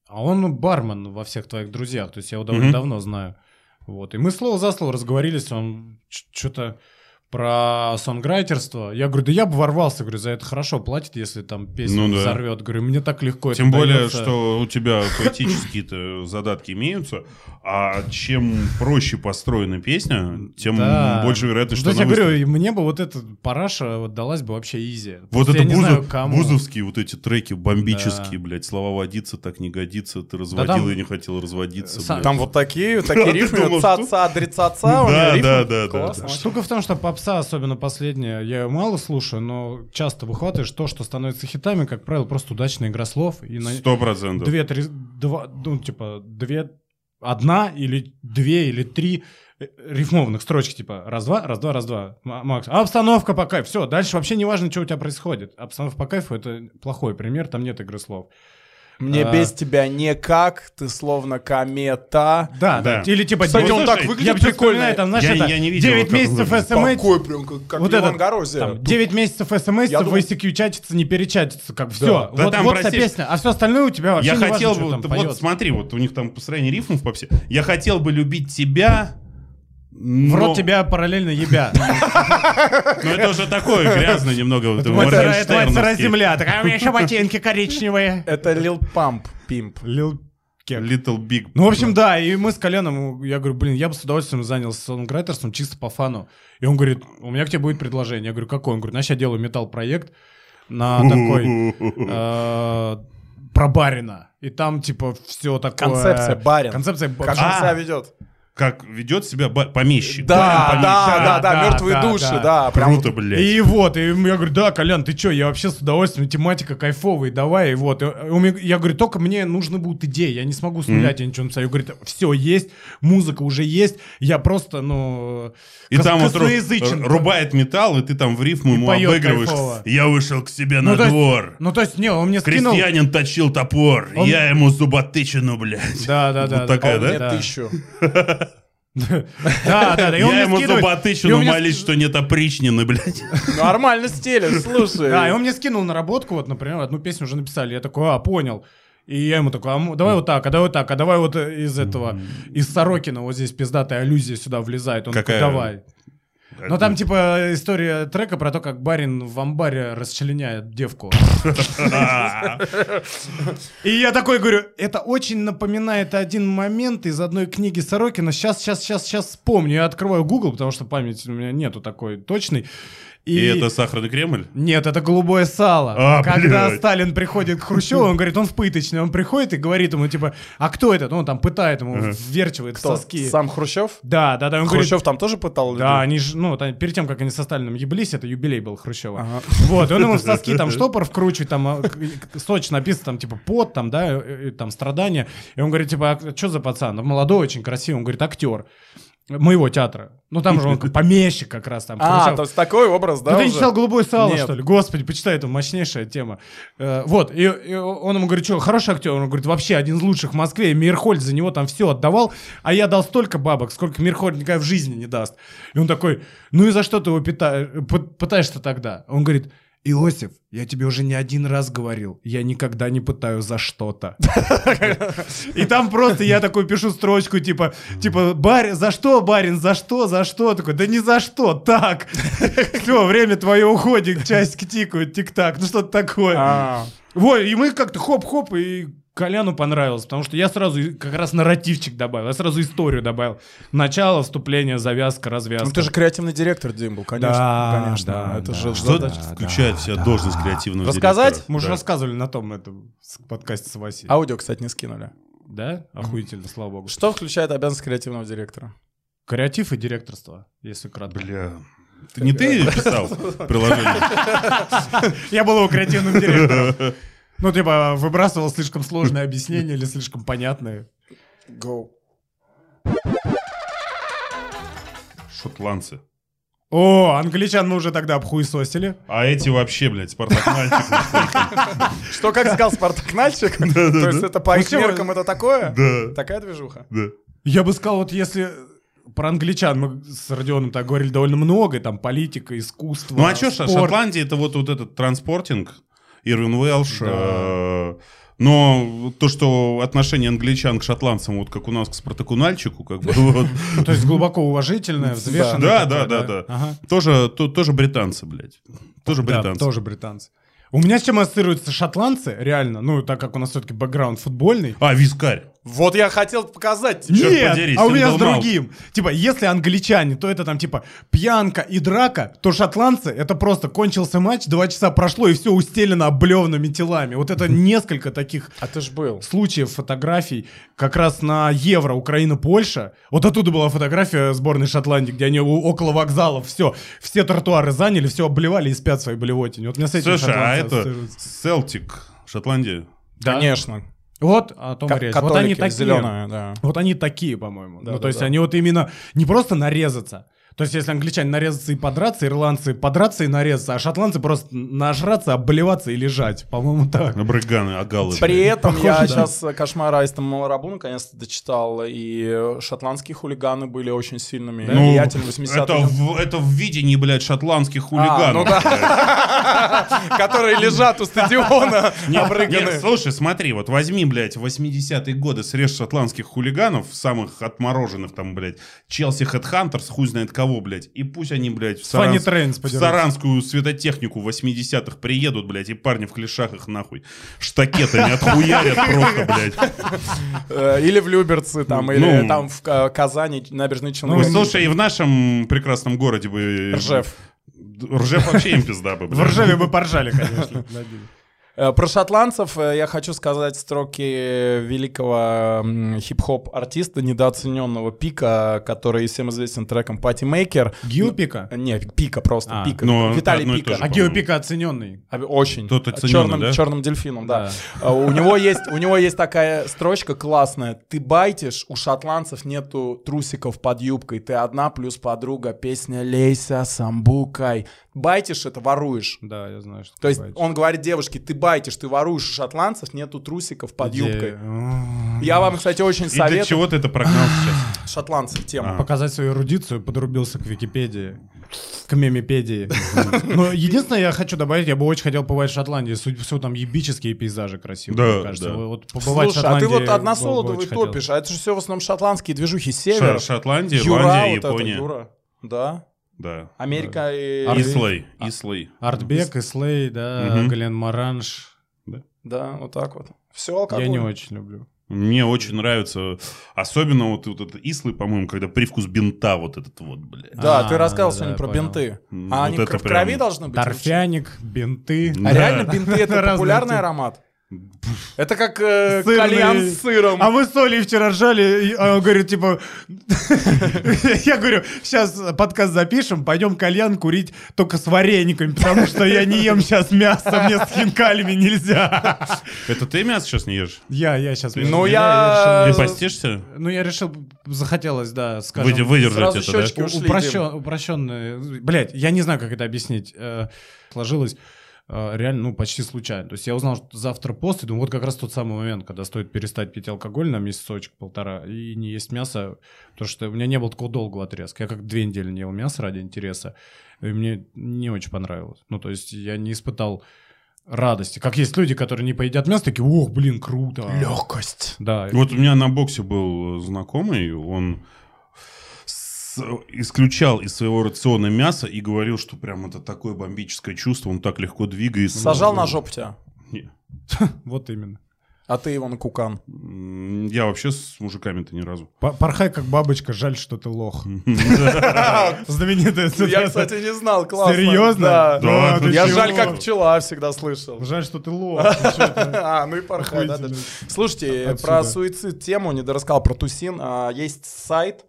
S2: А он бармен во всех твоих друзьях, то есть я его довольно
S4: Мгм.
S2: давно знаю. Вот. И мы слово за слово разговорились, он что-то про сонграйтерство. Я говорю, да я бы ворвался, говорю, за это хорошо платит, если там песню
S4: Ну да.
S2: взорвет. Говорю, мне так легко
S4: Тем
S2: это
S4: более,
S2: дается.
S4: что у тебя поэтические-то задатки имеются, а чем проще построена песня, тем
S2: Да.
S4: больше вероятность,
S2: Ну,
S4: что
S2: то
S4: она
S2: есть я говорю,
S4: выстрелит.
S2: и мне бы вот эта параша вот далась бы вообще изи.
S4: Вот
S2: Просто
S4: это
S2: я не
S4: Бузов-
S2: знаю, кому.
S4: бузовские вот эти треки
S2: Да.
S4: бомбические, блядь, слова водиться так не годится, ты разводил
S2: там-
S4: и не хотел разводиться.
S2: Са-
S4: блядь.
S3: Там вот такие, такие
S4: ты
S3: рифмы,
S4: думал,
S3: ца-ца, дри-ца-ца, у
S4: Да,
S3: него рифмы.
S4: да, да, да,
S3: Классно.
S2: А Штука в том, что попса, особенно последняя, я её мало слушаю, но часто выхватываешь то, что становится хитами, как правило, просто удачная игра слов. И на...
S4: Сто процентов.
S2: Две, три, два, ну, типа, две, одна или две или три э, рифмованных строчки, типа, раз-два, раз-два, раз-два, М- Макс. А Обстановка по кайфу. Все, дальше вообще не важно, что у тебя происходит. Обстановка по кайфу — это плохой пример, там нет игры слов.
S3: Мне
S2: А.
S3: без тебя никак, ты словно комета.
S2: Да,
S4: Да.
S2: да. Или типа...
S3: Кстати,
S2: «Девять-
S3: он так
S2: слушай,
S3: выглядит
S2: я
S3: прикольно.
S2: представляю, там, знаешь,
S4: Я-
S2: это
S4: я не видел,
S2: 9
S4: как он
S2: месяцев
S4: выглядит.
S2: СМС,
S3: Такой прям, как, как
S2: Вот
S3: Иван
S2: этот,
S3: Горозия.
S2: Там 9 месяцев смс,
S3: Я
S2: в
S3: думал-
S2: ICQ чатится, не перечатится, как все.
S4: Да
S2: вот
S4: там,
S2: вот вся
S4: прости.
S2: песня, а все остальное у тебя вообще
S4: Я
S2: не
S4: хотел
S2: важно,
S4: бы,
S2: что там
S4: вот
S2: поёт.
S4: смотри, вот у них там построение рифмов по все. Я хотел бы любить тебя,
S2: В
S4: но,
S2: рот тебя параллельно
S4: *laughs*
S2: ебя.
S4: но это уже такое грязное немного.
S2: Мацара-
S4: вот,
S2: Это
S4: Моргенштерновский.
S2: мацара земля. Такая, у меня еще ботинки коричневые.
S3: Это Лил Памп, Пимп.
S2: Лил Кек.
S4: Little Big.
S2: Ну, в общем, да, и мы с Коленом, я говорю, блин, я бы с удовольствием занялся сонграйтерством чисто по фану. И он говорит, у меня к тебе будет предложение. Я говорю, какое? Он говорит, значит, я делаю металл-проект на такой... э, про барина. И там, типа, все такое...
S3: Концепция барин.
S2: Концепция ба-
S3: Как он
S4: А.
S3: себя ведет?
S4: Как ведет себя ба- помещик.
S3: Да,
S4: Барин
S3: да,
S4: помещик.
S3: да, да,
S2: да,
S3: мертвые
S2: да,
S3: души,
S2: да.
S3: да. Прям
S4: Круто, блядь.
S2: И вот, и я говорю, да, Колян, ты чё, я вообще с удовольствием, тематика кайфовая, давай, и вот. И он мне- Я говорю, только мне нужны будут идеи, я не смогу с нуля тебе ничего написать. Я говорю, все есть, музыка уже есть, я просто, ну,
S4: И
S2: кос-
S4: там вот ру-
S2: косноязычен.
S4: рубает металл, и ты там в рифму
S2: И
S4: ему
S2: поёт
S4: обыгрываешь.
S2: кайфово.
S4: Я вышел к себе на
S2: то есть-
S4: двор.
S2: Ну, то есть, не, он мне скинул...
S4: Крестьянин точил топор.
S2: Он-
S4: Я ему зуботычину, блядь.
S2: Да, да, да.
S4: Вот такая,
S2: А он
S4: да?
S2: мне
S3: нет тысячу.
S2: Да, да, да. и он
S4: *laughs* Я
S2: мне
S4: ему
S2: скидывает- и
S4: зуботычину
S2: он мне
S4: молить,
S2: ски-
S4: что нет опричнины, блядь.
S3: Нормально стиле,
S4: Э,
S3: слушай.
S2: Да, и он мне скинул наработку, вот, например, одну песню уже написали. Я такой, а, понял. И я ему такой, а м- давай вот так, а давай вот так, а давай вот э, из этого, из Сорокина, вот здесь пиздатая аллюзия сюда влезает. Он
S4: Какая?
S2: такой, давай. *laughs* Но там
S4: *laughs*
S2: типа история трека про то, как барин в амбаре расчленяет девку.
S4: А,
S2: И я такой говорю, это очень напоминает один момент из одной книги Сорокина. Сейчас, сейчас, сейчас, сейчас вспомню. Я открываю Google, потому что память у меня нету такой точной.
S4: И это сахарный Кремль?
S2: Нет, это голубое сало.
S4: А,
S2: Когда
S4: блядь.
S2: Сталин приходит к Хрущеву, он говорит, он в пыточной. Он приходит и говорит ему, типа, а кто этот? Он там пытает ему,
S4: Ага.
S2: вверчивает в
S3: Кто?
S2: соски.
S3: Сам Хрущев?
S2: Да, да, да. Он говорит,
S3: Хрущев там тоже пытал людей?
S2: да, они же, ну, там, перед тем, как они со Сталиным еблись, это юбилей был Хрущева.
S3: Ага.
S2: Вот, и он ему в соски
S4: *laughs*
S2: там штопор вкручивает, там а, к- к- Сочи написано, там, типа, пот, там, да, э, э, там, страдания. И он говорит, типа, а что за пацан? Он Молодой, очень красивый. Он говорит, актер моего театра. Ну, там
S4: *laughs*
S2: же он помещик как раз там.
S3: А,
S2: Хрущев.
S3: то есть такой образ, да?
S2: Ну, ты не
S3: уже?
S2: читал «Голубое сало»,
S3: Нет.
S2: что ли? Господи, почитай, это мощнейшая тема. Э, вот, и, и он ему говорит, что, хороший актер? Он говорит, вообще один из лучших в Москве, и Мирхольд за него там все отдавал, а я дал столько бабок, сколько Мирхольд никогда в жизни не даст. И он такой, ну и за что ты его пита- пы- пытаешься тогда? Он говорит, Иосиф, я тебе уже не один раз говорил, я никогда не пытаю за что-то. И там просто я такой пишу строчку, типа, типа, барин, за что, барин, за что, за что? Такой, да не за что, так. Все, время твое уходит, часики тикают, тик-так, ну что-то такое.
S3: А.
S2: Вот, и мы как-то хоп-хоп, и Коляну понравилось, потому что я сразу и- как раз нарративчик добавил, я сразу историю добавил. Начало, вступление, завязка, развязка.
S3: Ну ты же креативный директор, Дим был, конечно.
S2: Да,
S3: конечно.
S2: да,
S3: это
S2: да.
S3: же
S4: Что
S3: задача.
S4: включает в себя должность креативного
S3: Рассказать?
S4: директора?
S2: Мы уже
S4: Да.
S2: рассказывали на том этом с- подкасте с Васей.
S3: Аудио, кстати, не скинули.
S2: Да? Охуительно, слава богу.
S3: Что включает обязанность креативного директора?
S2: Креатив и директорство, если кратко.
S4: Бля. Ты не
S2: *laughs*
S4: ты писал приложение?
S2: Я был его креативным *laughs* директором. Ну, типа, выбрасывал слишком сложные объяснения или слишком понятные.
S3: Go.
S4: Шотландцы.
S2: О, англичан мы уже тогда обхуесосили.
S4: А эти вообще, блядь,
S2: *laughs*
S4: Спартак мальчик. нахуй.
S3: Что, как сказал Спартак Нальчик? *laughs* То есть это по их
S2: Почему?
S3: меркам это такое?
S4: Да.
S3: Такая движуха.
S4: Да.
S2: Я бы сказал, вот если про англичан мы с Родионом так говорили довольно много, и там политика, искусство,
S4: Ну а что ж,
S2: спорт.
S4: Шотландия это вот, вот этот транспортинг, Ирвин Уэлш.
S2: Да.
S4: э, Но то, что отношение англичан к шотландцам, вот как у нас к Спартаку Нальчику, как бы *laughs* вот,
S2: Ну, То есть глубоко уважительное, взвешенное.
S4: Да,
S2: такое,
S4: да, да, да.
S2: Ага.
S4: тоже, то- тоже британцы, блядь. Тоже
S2: Да,
S4: британцы.
S2: тоже британцы. У меня с чем ассоциируются шотландцы, реально, ну, так как у нас все-таки бэкграунд футбольный.
S4: А, вискарь.
S3: Вот я хотел показать тебе.
S4: Чёрт
S2: Нет,
S4: подери,
S2: а у меня с
S4: Single Malt.
S2: другим. Типа, если англичане, то это там типа пьянка и драка, то шотландцы это просто кончился матч, два часа прошло и все устелено облевными телами. Вот это несколько таких
S3: А ты ж был.
S2: случаев фотографий как раз на Евро Украина-Польша. Вот оттуда была фотография сборной Шотландии, где они у- около вокзалов все, все тротуары заняли, все обливали и спят в своей блевотине. Вот мне с этим
S4: Слушай, а
S2: шотландцы
S4: это
S2: ассоциируются.
S4: Селтик, Шотландия.
S2: Да.
S3: Конечно.
S2: Вот о том и
S3: Как
S2: речь.
S3: католики,
S2: Вот они такие.
S3: зеленая, да.
S2: Вот они такие, по-моему.
S3: Да,
S2: ну,
S3: да,
S2: то есть
S3: да.
S2: они вот именно не просто нарезаться. То есть если англичане нарезаться и подраться, ирландцы подраться и нарезаться, а шотландцы просто нажраться, обливаться и лежать. По-моему, так.
S3: Ну,
S4: Абрыганы, агалы.
S3: При этом я
S2: Похоже, да.
S3: сейчас «Кошмар Аиста Маларабу» наконец-то дочитал, и шотландские хулиганы были очень сильными.
S4: Ну,
S3: влиятельными в 80-е
S4: это,
S3: годы.
S4: в, это в видении, блядь, шотландских
S3: А,
S4: хулиганов.
S3: ну да. Которые лежат у стадиона
S4: *laughs* Нет, А, нет,
S3: обрыганы.
S4: слушай, смотри, вот возьми, блядь, 80-е годы срез шотландских хулиганов, самых отмороженных там, блядь, Челси Хедхантерс, хуй знает кого, блядь, и пусть они, блядь, в,
S2: Фанни
S4: Саранск-
S2: Трейнс
S4: в
S2: подерутся.
S4: саранскую светотехнику 80-х приедут, блядь, и парни в клишах их нахуй
S2: *laughs*
S4: штакетами отхуярят просто, блядь.
S3: Э, Или в Люберцы, там, или
S4: Ну.
S3: там в Ка- Казани, набережные
S4: Ой,
S2: Ну,
S3: Челны.
S4: Слушай, и в нашем прекрасном городе бы... э,
S3: Э, Ржев.
S4: Ржев вообще им пизда бы,
S2: В
S4: блядь.
S2: Ржеве бы поржали, конечно. набили.
S3: Э, Про шотландцев э, я хочу сказать строки великого м, хип-хоп-артиста, недооцененного Пика, который всем известен треком «Пати Мейкер».
S2: Геопика?
S3: Э, Не, Пика просто,
S2: А,
S3: Пика.
S4: ну,
S3: Виталий
S4: одно и
S3: Пика.
S4: то же.
S2: А Геопика оцененный.
S3: А, Очень.
S4: Тот оцененный,
S3: черным,
S4: да?
S3: черным дельфином, да. А, У него есть, у него есть такая строчка классная. Ты байтишь, у шотландцев нету трусиков под юбкой. Ты одна плюс подруга. Песня Лейся Самбукай. Байтишь это воруешь.
S2: Да, я знаю, что
S3: То есть он говорит девушке, ты байтишь, ты воруешь, у шотландцев нету трусиков под юбкой. Я вам, кстати, очень
S4: И для
S3: советую.
S4: чего ты это прогнал сейчас? А,
S3: Шотландцев тема.
S2: Показать свою эрудицию, подрубился к Википедии. К мемипедии. Но единственное, я хочу добавить, я бы очень хотел побывать в Шотландии. Судя по всему, там ебические пейзажи красивые,
S4: Да,
S2: мне кажется.
S4: да.
S2: Вот побывать
S3: Слушай, а
S2: в
S3: ты
S2: Шотландии
S3: вот
S2: было бы
S3: одна
S2: очень
S3: солодовый
S2: хотел.
S3: топишь, а это же все в основном шотландские движухи
S4: Ша-
S3: севера.
S4: Шотландия,
S3: Юра,
S4: Ирландия,
S3: вот это,
S4: Япония.
S3: Юра. Да.
S4: Да.
S3: Америка и...
S2: А Арбель.
S4: Ислей, Ислей.
S2: Артбек, Ислей, да,
S4: Мгм.
S2: Глен Маранж.
S3: Да, вот так вот. Все алкоголь.
S2: Я не очень люблю.
S4: Мне очень нравится, особенно вот, вот этот Ислы, по-моему, когда привкус бинта вот этот вот, блядь.
S3: Да,
S2: А,
S3: ты рассказывал
S2: да,
S3: сегодня
S2: я
S3: про
S2: понял.
S3: бинты.
S4: М,
S3: А
S4: вот
S3: они
S4: это
S3: кр- в
S4: прям
S3: крови должны быть?
S2: Торфяник, бинты.
S4: Да.
S3: А *laughs* реально бинты это
S2: Это разные
S3: популярный *laughs*
S2: типы.
S3: аромат? Это как э,
S2: Сырный.
S3: кальян с сыром.
S2: А мы с Олей вчера ржали, и, а он говорит, типа, *laughs* я говорю, сейчас подкаст запишем, пойдем кальян курить только с варениками, потому что я не ем сейчас мясо, мне с хинкалями нельзя. *laughs*
S4: Это ты мясо сейчас не ешь?
S2: Я, я сейчас...
S3: Ну, я-
S4: Ты
S3: Э,
S4: постишься?
S2: Ну, я решил, захотелось, да, скажем...
S4: Выдер- выдержать
S3: сразу
S4: это,
S3: щёчки
S4: да?
S3: ушли,
S2: упрощен, упрощенные... Блять, я не знаю, как это объяснить. Э, Сложилось э, реально, ну, почти случайно. То есть я узнал, что завтра пост, и думаю, вот как раз тот самый момент, когда стоит перестать пить алкоголь на месяцочек-полтора и не есть мясо, потому что у меня не было такого долгого отрезка. Я как две недели не ел мясо ради интереса, и мне не очень понравилось. Ну, то есть я не испытал радости. Как есть люди, которые не поедят мясо, такие, ох, блин, круто.
S3: Легкость.
S2: Да.
S4: Вот у меня на боксе был знакомый, он с- исключал из своего рациона мясо и говорил, что прям это такое бомбическое чувство, он так легко двигается.
S3: Сажал на жопу тебя,
S4: Не.
S2: Вот именно.
S3: а ты его на *laughs* кукан.
S4: М, Я вообще с мужиками-то ни разу. *laughs*
S2: Па- Порхай как бабочка, жаль, что ты лох. *laughs* Знаменитая
S3: Ну, Я, *laughs*
S2: цитата.
S3: кстати, не знал, классно.
S2: Серьезно?
S3: Да. ну,
S4: Да,
S2: ты
S3: Я
S2: чего?
S3: жаль, как пчела всегда слышал.
S2: Жаль, что ты лох. ты чё это?
S3: *laughs* А, ну и порхай, да,
S2: Охуительно.
S3: да. Слушайте, э,
S2: Отсюда.
S3: про суицид тему не дорассказал, про Тусин. А, Есть сайт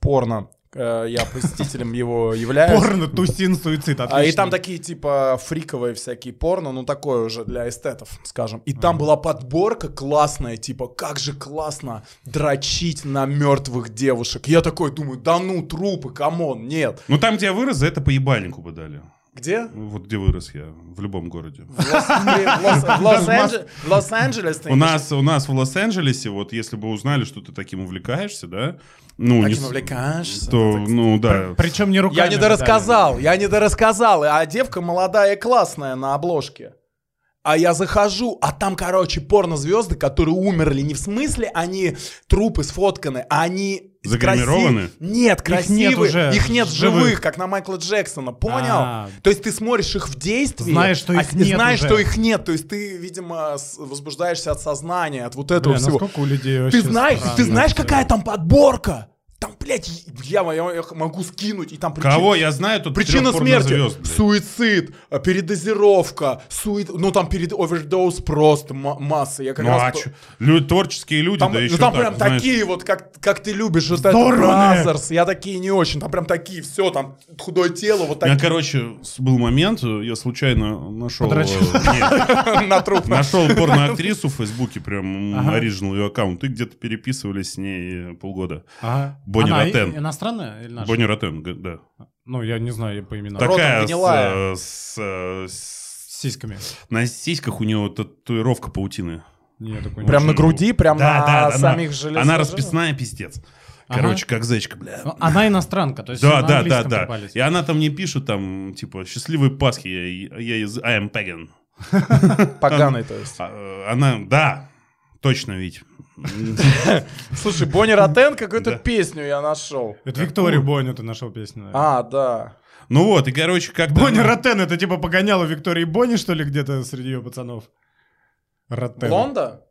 S3: порно. Э, Я посетителем его являюсь.
S2: Порно, тусин, суицид.
S3: А, и там
S2: отлично.
S3: такие типа фриковые всякие порно, ну такое уже для эстетов, скажем. И там была подборка классная, типа как же классно дрочить на мертвых девушек. Я такой думаю, да ну трупы, камон, нет.
S4: Ну там, где я вырос, за это по ебальнику бы дали.
S3: Где?
S4: Ну, Вот где вырос я, в любом городе.
S3: В Лос- блин, в Лос- в Лос-Анджеле- в Лос-Анджелес. ты
S4: У нас, у нас в Лос-Анджелесе, вот если бы узнали, что ты таким увлекаешься, да? Ну,
S3: таким
S4: с-
S3: увлекаешься.
S4: То, ну да.
S2: Причем не руками.
S3: Я не дорассказал, я не дорассказал. А девка молодая и классная на обложке. А я захожу, а там, короче, порнозвезды, которые умерли. Не в смысле они трупы сфотканы, а они... краси-
S4: Загримированы?
S3: Нет, красивые. Их нет,
S2: уже
S3: живых,
S2: живых.
S3: как на Майкла Джексона, понял?
S2: А.
S3: То есть ты смотришь их в действии,
S2: Знаешь, что
S3: а с-
S2: их нет
S3: знаешь,
S2: уже.
S3: что их нет. То есть ты, видимо, с- возбуждаешься от сознания, от вот этого
S2: Бля,
S3: всего.
S2: насколько у людей
S3: Ты
S2: вообще
S3: знаешь,
S2: странно
S3: ты знаешь,
S2: всё.
S3: какая там подборка? Там, блядь, я, я- я могу скинуть, и там причина-
S4: Кого? Я знаю тут
S3: Причина
S4: трёх
S3: смерти.
S4: порнозвёзд, блядь.
S3: Суицид, э, передозировка, суи- ну там перед овердоз просто ма- масса. Я как
S4: Ну
S3: раз
S4: а
S3: по-
S4: чё? Лю- Творческие люди,
S3: Там,
S4: да
S3: ну,
S4: еще
S3: там
S4: так,
S3: прям
S4: знаешь.
S3: такие вот, как, как ты любишь, вот этот
S2: Здорово!
S3: Brothers, я такие не очень, там прям такие, все, там худое тело, вот
S4: У меня,
S3: так
S4: короче, с- был момент, э, я случайно нашел...
S2: Подрочил.
S3: *laughs* на труп.
S4: Нашел порноактрису в Фейсбуке, прям
S2: Ага.
S4: оригинал ее аккаунт. И где-то переписывались с ней э, полгода.
S2: Ага.
S4: Бонни
S2: А? Она и-
S4: Ротен.
S2: иностранная или наша?
S4: Бонни Ротен, г- да.
S2: Ну, я не знаю, я по именам.
S3: Так.
S4: Такая
S3: гнилая.
S4: с, э, с, э, с-
S2: С сиськами.
S4: На сиськах у нее татуировка паутины.
S2: Не, Ну, я такой не
S3: Прям
S2: знаю.
S3: на груди, прям на
S4: она-
S3: самих железах.
S4: Она расписная, пиздец.
S2: Ага.
S4: Короче, как зечка, бля.
S2: Ну, Она иностранка, то есть
S4: Да,
S2: на
S4: да, да,
S2: английском
S4: да.
S2: трепались.
S4: И она там мне пишет, там, типа, счастливые Пасхи, я, я из I am pagan.
S3: Поганый, то есть.
S4: А, э, Она, да,
S2: *laughs*
S4: точно ведь.
S3: Слушай, Бонни Ротен какую-то
S4: Да.
S3: песню я нашел.
S2: Это Викторию Боню ты нашел песню. наверное.
S3: А, да.
S4: Ну вот, и, короче, как-то...
S2: Бонни
S4: она-
S2: Ротен, это типа погоняла Виктории Бонни, что ли, где-то среди ее пацанов? Ротен.
S3: Блонда?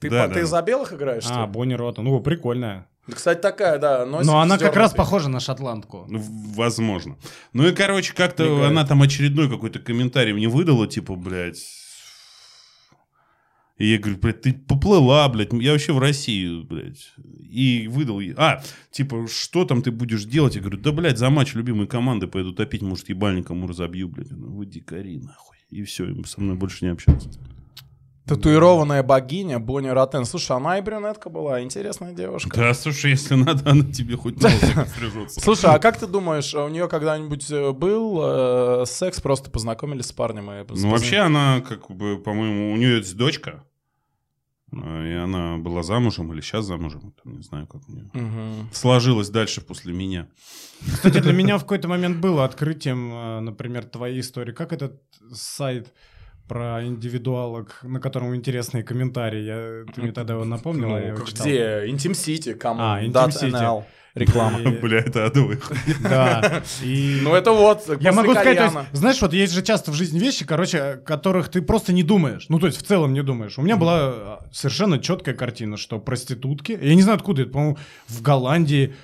S3: Ты,
S4: Да,
S3: по-
S4: да.
S3: ты за белых играешь? что
S2: А,
S3: ли? Ну, а
S2: Бонни Ротен. Ну, прикольная.
S3: Да, Кстати, такая, да. носик
S2: Но Ну, она как раз
S3: стёрнутый.
S2: похожа на шотландку.
S4: Ну, Возможно. Ну и, короче, как-то
S3: Мигает.
S4: она там очередной какой-то комментарий мне выдала, типа, блядь... И я говорю, блядь, ты поплыла, блядь, я вообще в Россию, блядь. И выдал ей, а, типа, что там ты будешь делать? Я говорю, да, блядь, за матч любимой команды пойду топить, может, ебальником разобью, блядь. Она, вы дикари, нахуй. И все, и со мной больше не общался.
S3: Татуированная богиня Бонни Ротен. Слушай, она и брюнетка была, интересная девушка.
S4: Да, слушай, если надо, она тебе хоть на *laughs* лысик стрижется.
S3: Слушай, а как ты думаешь, у нее когда-нибудь э, был э, секс, просто познакомились с парнем? И
S4: Ну, вообще она, как бы, по-моему, у нее есть дочка. А, И она была замужем или сейчас замужем. Там, не знаю, как у нее.
S2: а,
S3: Мгм.
S4: Сложилось дальше после меня.
S2: Кстати, для меня в какой-то момент было открытием, э, например, твоей истории. Как этот сайт про индивидуалок, на котором интересные комментарии. Я, ты мне тогда его напомнил, я его
S3: Ну,
S2: читал.
S3: где? Интим Сити, кому?
S2: А, Intim
S3: Dot
S2: City.
S3: NL. Реклама.
S2: И-
S4: *laughs* Бля, это адовый.
S2: э,
S3: *laughs*
S2: Да. И...
S3: Ну, это вот,
S2: Я
S3: после
S2: могу сказать, то есть,
S3: кальяна.
S2: знаешь, вот есть же часто в жизни вещи, короче, о которых ты просто не думаешь. Ну, то есть в целом не думаешь. У меня была э, совершенно четкая картина, что проститутки, я не знаю откуда это, по-моему, в Голландии,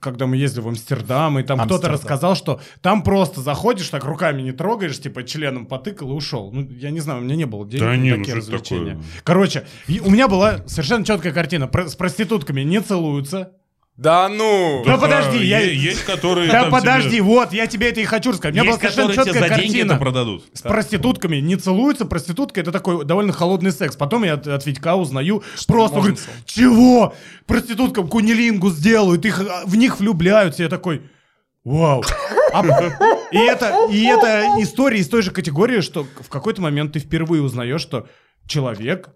S2: когда мы ездили в Амстердам, и там кто-то
S3: Амстердам.
S2: рассказал, что там просто заходишь, так руками не трогаешь, типа членом потыкал и ушел. Ну, я не знаю, у меня не было денег
S4: Да
S2: на
S4: не, ну
S2: такие
S4: что это такое?
S2: развлечения. Короче, и у меня была совершенно четкая картина. Про- с проститутками не целуются,
S3: Да ну!
S2: Да подожди, я-
S4: а, Есть, которые...
S2: Да
S4: там тебе-
S2: подожди, вот, я тебе это и хочу рассказать. У меня
S4: Есть,
S2: была совершенно
S4: которые тебе
S2: четкая
S4: за деньги
S2: картина.
S4: это продадут.
S2: С проститутками не целуются, проститутка это такой довольно холодный секс. Потом я от, от Витька узнаю, просто
S3: можно
S2: говорит, чего? Проституткам кунилингу сделают, их, а, в них влюбляются. Я такой, вау. А- и, это, и это история из той же категории, что в какой-то момент ты впервые узнаешь, что человек,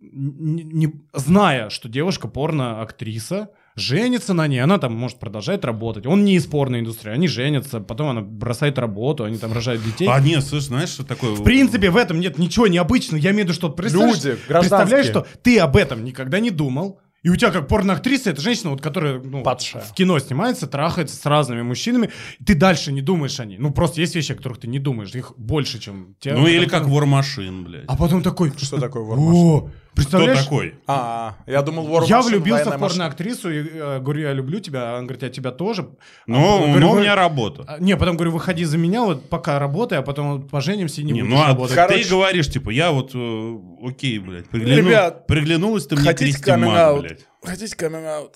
S2: н- н- не, зная, что девушка порно-актриса, женится на ней, она там может продолжать работать. Он не из порной индустрии, они женятся, потом она бросает работу, они там рожают детей.
S4: А, нет, слышь, знаешь, что такое?
S2: В принципе, в этом нет ничего необычного. Я имею в виду, что представляешь,
S3: Люди,
S2: представляешь,
S3: гражданские.
S2: что ты об этом никогда не думал. И у тебя как порноактриса, это женщина, вот, которая ну,
S3: Падшая.
S2: в кино снимается, трахается с разными мужчинами. и Ты дальше не думаешь о ней. Ну, просто есть вещи, о которых ты не думаешь. Их больше, чем... те,
S4: Ну, или
S2: которые-
S4: как вор-машин, блядь.
S2: А потом
S4: *laughs*
S2: такой...
S3: Что такое вормаш?
S2: О,
S4: Кто
S2: представляешь?
S4: такой?
S3: А, я думал, вор
S2: Я
S3: машин,
S2: влюбился
S3: военная
S2: в
S3: машина.
S2: порноактрису и э, говорю, я люблю тебя. А она говорит, я тебя тоже. А
S4: Ну,
S2: потом говорю,
S4: ну, у
S2: «Вы-
S4: меня работа.
S2: а, Не, потом говорю, выходи за меня, вот пока работай, а потом вот поженимся и не,
S4: Не,
S2: будешь
S4: ну а
S2: работать.
S3: Короче-
S4: ты говоришь, типа, я вот, э, окей, блядь, пригляну-
S3: Ребят,
S4: приглянулась ты мне
S3: хотите
S4: Кристи Мак,
S3: каминг-аут?
S4: блядь. *laughs*
S3: Хотите каминг-аут?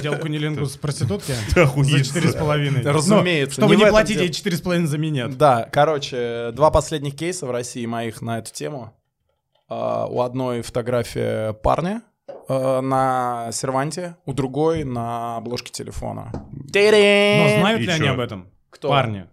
S2: Делал кунилингу с проститутки
S4: Ты
S2: за
S4: охуеть,
S2: четыре с
S4: *laughs*
S2: половиной.
S3: Разумеется,
S2: Ну, Чтобы
S3: не
S2: не
S3: в этом
S2: платить
S3: дело.
S2: ей четыре с половиной за меня.
S3: Да, короче, два последних кейса в России моих на эту тему. А, У одной фотография парня э, на серванте, у другой на обложке телефона. Ну,
S2: Но
S3: Та-дам!
S2: знают
S4: И
S2: ли они
S4: чё?
S2: об этом?
S3: Кто?
S2: Парни.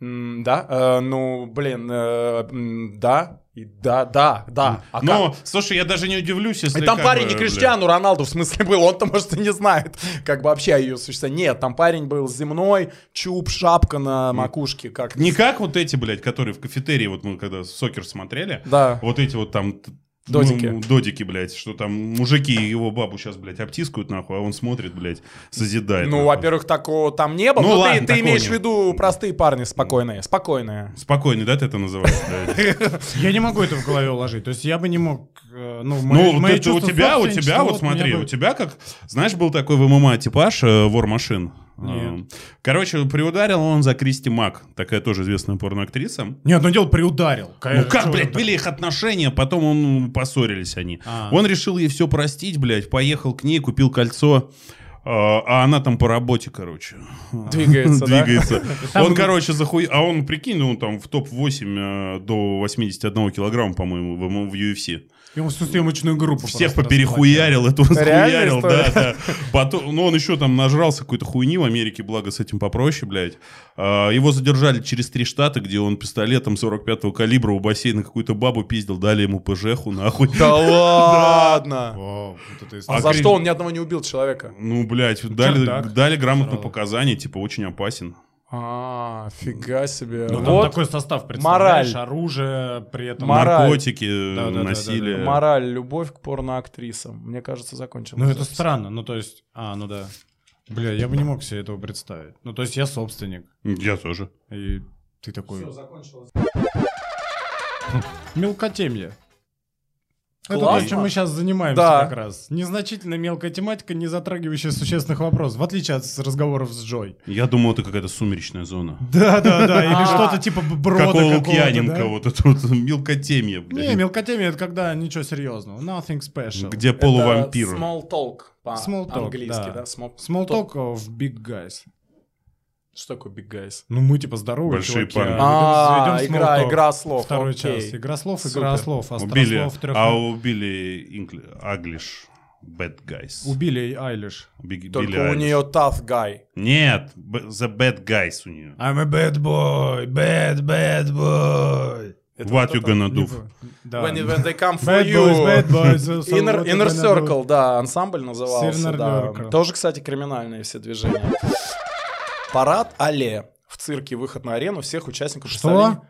S3: М, Да, э, ну, блин, э, м, да, и да, да, да. А как?
S4: Но, слушай, я даже не удивлюсь, если...
S3: И там
S4: как
S3: парень
S4: бы, э,
S3: не
S4: блин,
S3: Криштиану Роналду, в смысле, был, он-то, может, и не знает, как бы вообще о ее существовании. Нет, там парень был земной, чуб, шапка на макушке, как...
S4: Не как вот эти, блядь, которые в кафетерии, вот мы когда сокер смотрели,
S3: Да.
S4: вот эти вот там... т-
S3: Додики.
S4: ну, додики, блядь, что там мужики и его бабу сейчас, блядь, обтискают, нахуй, а он смотрит, блядь, созидает.
S3: Ну,
S4: нахуй.
S3: во-первых, такого там не было.
S4: Ну
S3: но ты-
S4: ладно,
S3: ты,
S4: такого
S3: имеешь
S4: не
S3: в виду простые парни, спокойные, спокойные.
S4: Спокойный, да, ты это называешь? блядь?
S2: Я не могу это в голове уложить. То есть я бы не мог... э, Ну,
S4: Ну,
S2: мои-
S4: вот
S2: мои
S4: это у
S2: чувства
S4: тебя, у тебя,
S2: собственничества,
S4: вот смотри,
S2: меня бы-
S4: у тебя как, знаешь, был такой в ММА типаж э, вор машин.
S2: Нет.
S4: Э, Короче, приударил он за Кристи Мак, такая тоже известная порноактриса.
S2: Нет, ну дело приударил.
S4: Ну
S2: Конечно,
S4: как,
S2: что
S4: блядь,
S2: это?
S4: были их отношения, потом он ну, поссорились они.
S2: А.
S4: Он решил ей все простить, блядь, поехал к ней, купил кольцо, э, а она там по работе, короче.
S3: *laughs*
S4: *laughs*
S3: Двигается, да?
S2: *laughs*
S4: Двигается.
S2: Там-
S4: Он, короче, захуй... А он, прикинь, ну, он там в топ-8 до 81 килограмма, по-моему, в м- в UFC.
S2: Ему всю съемочную группу.
S4: Всех
S2: просто
S4: поперехуярил, этого
S3: Реальная
S4: захуярил, да,
S3: история?
S4: да. Потом, ну, он еще там нажрался какой-то хуйни в Америке, благо с этим попроще, блядь. А, Его задержали через три штата, где он пистолетом 45-го калибра у бассейна какую-то бабу пиздил, дали ему ПЖху, нахуй.
S3: *laughs* Да ладно!
S2: О, *laughs* вот это история.
S3: А
S4: А
S3: за
S4: Крин-
S3: что он ни одного не убил человека?
S4: Ну, блядь, дали,
S2: Чердак.
S4: дали грамотные
S2: Сразу.
S4: показания, типа, очень опасен.
S3: А, фига себе.
S2: Ну, там
S3: Вот
S2: такой состав, представляешь,
S3: мораль.
S2: оружие, при этом...
S3: Мораль.
S4: Наркотики, э,
S2: Да-да-да-да-да. э,
S4: насилие.
S3: мораль, любовь к порноактрисам. Мне кажется, закончилась.
S2: Ну, это
S3: запись.
S2: странно, ну, то есть... А, ну да. Бля, я бы не мог себе этого представить. Ну, то есть я собственник,
S4: Я тоже.
S2: и ты такой... Мелкотемье. Это то,
S3: Классно.
S2: чем мы сейчас занимаемся
S3: Да.
S2: как раз. Незначительная мелкая тематика, не затрагивающая существенных вопросов, в отличие от с- разговоров с Джой.
S4: Я думал, это какая-то сумеречная зона.
S2: Да, да, да. Или
S3: А.
S2: что-то типа б- брода
S4: Какого
S2: какого-то.
S4: Лукьяненко,
S2: да?
S4: вот это вот мелкотемье,
S2: Не,
S4: блядь.
S2: мелкотемье это когда ничего серьезного. Nothing special.
S4: Где
S3: Это
S4: полувампир.
S3: Small talk
S2: Small talk,
S3: по-английски,
S2: да.
S3: да? Small-
S2: Small talk of big guys.
S3: Что такое big guys?
S2: Ну мы типа здоровые
S4: Большие
S2: чуваки, а
S4: парни.
S2: ведем-
S3: А,
S2: ведем small
S3: игра,
S2: talk.
S3: игра слов.
S2: Второй
S3: окей.
S2: час. Игра слов,
S3: Супер.
S2: игра слов.
S4: Убили,
S2: Астрослов, трех...
S4: а убили Ингли- Аглиш, Bad Guys.
S2: Убили Айлиш.
S4: Биг-
S3: Только
S4: Билли
S3: у
S4: Айлиш.
S3: нее tough guy.
S4: Нет, б- The Bad Guys
S3: А,
S4: у нее.
S2: I'm a bad boy, bad, bad boy.
S3: Это
S4: What
S3: вот
S4: you
S3: это.
S4: gonna do?
S2: Да.
S3: When, when they
S2: *laughs*
S3: come for
S2: Bad
S3: you.
S2: boys, bad boys. so- so
S3: Inner,
S2: what you
S3: Inner
S2: gonna do?
S3: Circle, да, ансамбль назывался.
S2: Inner
S3: да.
S2: Circle.
S3: Тоже, кстати, криминальные все движения. Парад Алле. В цирке выход на арену всех участников
S2: Что?
S3: представления.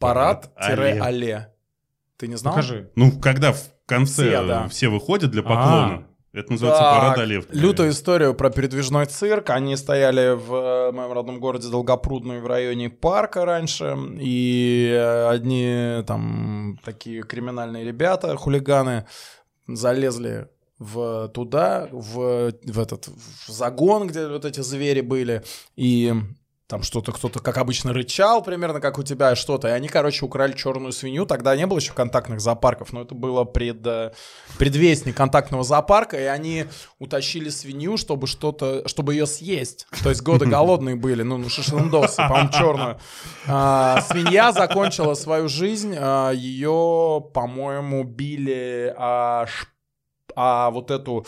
S3: Парад-алле.
S4: Парад-алле.
S3: Ты не знал?
S2: Покажи.
S4: Ну, когда в конце
S3: Все,
S4: э,
S3: да. А.
S4: все выходят для поклона. Это называется
S3: Так,
S4: парад Олев.
S3: Лютую историю про передвижной цирк. Они стояли в э, моем родном городе Долгопрудной в районе парка раньше. И э, одни там такие криминальные ребята, хулиганы, залезли в туда, в, в этот в загон, где вот эти звери были, и там что-то кто-то, как обычно, рычал, примерно как у тебя что-то. И они, короче, украли черную свинью. Тогда не было еще контактных зоопарков, но это было пред, э, предвестник контактного зоопарка, и они утащили свинью, чтобы что-то, чтобы ее съесть. То есть годы голодные были, ну, ну шашлындосы, по-моему, черную. А, свинья закончила свою жизнь, а, ее, по-моему, били а, ш- а, вот эту,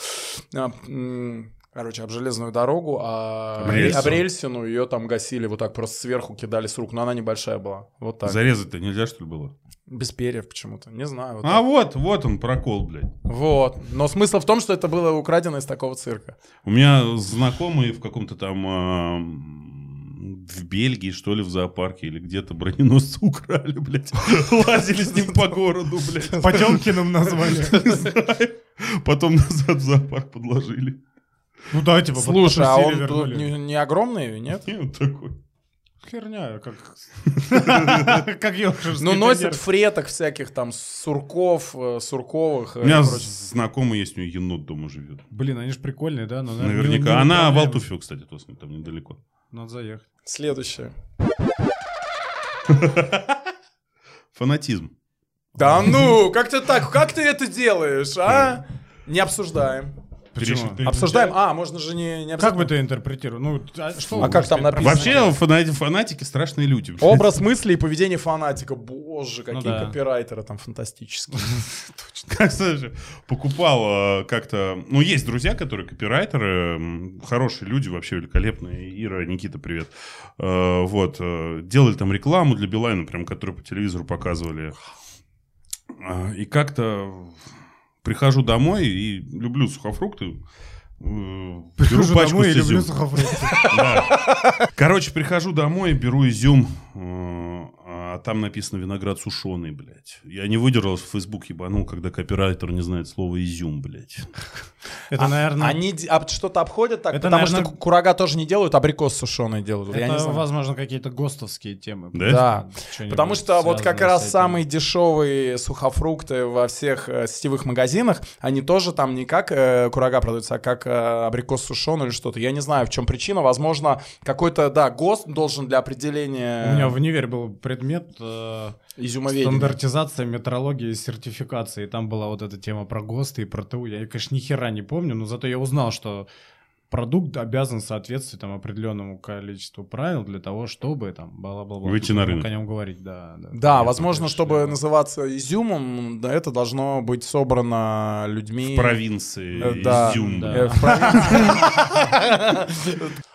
S3: а, м, короче, об железную дорогу, а
S4: Об рельсу.
S3: об рельсину ее там гасили, вот так просто сверху кидали с рук, но она небольшая была, вот так.
S4: Зарезать-то нельзя, что ли, было?
S3: Без перьев почему-то, не знаю. вот
S4: А
S3: так.
S4: вот, вот он, прокол, блядь.
S3: Вот, но смысл в том, что это было украдено из такого цирка.
S4: У меня знакомый в каком-то там эм, в Бельгии, что ли, в зоопарке или где-то броненосца украли, блядь. *laughs* Лазили с ним по городу, блядь.
S2: Потемкиным назвали.
S4: *laughs* Не знаю. Потом назад в зоопарк подложили.
S2: Ну да, типа,
S3: Слушай, а
S2: подкосили,
S3: он тут
S2: вернули.
S3: не, не огромный, нет?
S4: И вот такой.
S2: Херня, как...
S3: *laughs*
S2: Как ёршевский
S3: Ну, носит
S2: теннер.
S3: фреток всяких там, сурков, э, сурковых. э,
S4: У меня
S3: и
S4: з-
S3: прочее.
S4: знакомый есть, у него енот дома живет.
S2: Блин, они же прикольные, да? но, наверное, не- не
S4: Наверняка. Она в
S2: управляемые.
S4: Алтуфьево, кстати, тоже там недалеко.
S2: Надо заехать.
S3: Следующее.
S4: Фанатизм.
S3: Да ну, как ты так, как ты это делаешь, а? Не обсуждаем.
S2: Почему?
S4: Переш-
S3: Обсуждаем. А, можно же не, не
S2: Как бы
S3: обязательно.
S2: ты интерпретировал? Ну, т- а что
S3: А как там
S2: может,
S3: написано?
S4: Вообще фана- фанатики страшные люди. блядь.
S3: Образ мысли и поведение фанатика. Боже, какие
S2: Ну да.
S3: копирайтеры там фантастические.
S4: Как Саша покупал э, как-то... Ну, есть друзья, которые копирайтеры, м, хорошие люди, вообще великолепные. Ира, Никита, привет. Э, Вот, э, делали там рекламу для Билайна, прям, которую по телевизору показывали. А, И как-то прихожу домой и люблю сухофрукты. э,
S2: Прихожу
S4: беру пачку
S2: домой и
S4: с
S2: люблю
S4: изюмом.
S2: сухофрукты.
S4: Да. Короче, прихожу домой, беру изюм, э, а там написано виноград сушеный, блядь. Я не выдержал, в Facebook ебанул, когда копирайтер не знает слово изюм, блядь.
S2: Это, наверное...
S3: Они д- а что-то обходят так?
S2: Это,
S3: потому что
S2: наверное,
S3: ку- курага тоже не делают, абрикос сушеный делают. Я не
S2: Это,
S3: знаю.
S2: возможно, какие-то ГОСТовские темы.
S4: Да?
S3: Да.
S2: Что-нибудь
S3: Потому что вот как
S2: связанное с
S3: раз
S2: этим.
S3: самые дешевые сухофрукты во всех э, сетевых магазинах, они тоже там не как э, курага продаются, а как э, абрикос сушеный или что-то. Я не знаю, в чем причина. Возможно, какой-то, да, ГОСТ должен для определения
S2: У меня в универе был предмет э,
S3: изюмоведения.
S2: стандартизация, метрология и сертификации. И там была вот эта тема про ГОСТы и про ТУ. Я, конечно, ни хера не помню, но зато я узнал, что продукт обязан соответствовать там определенному количеству правил для того, чтобы там бла-бла-бла.
S4: Выйти на
S2: Мог
S4: рынок.
S2: о нем говорить, да. Да,
S3: Да,
S2: Я
S3: возможно,
S2: тоже
S3: чтобы
S2: шлифовал.
S3: называться изюмом, да, это должно быть собрано людьми.
S4: В провинции
S3: Э, да,
S4: изюм.
S2: да.
S3: Э, в провинции. *laughs*
S2: *laughs*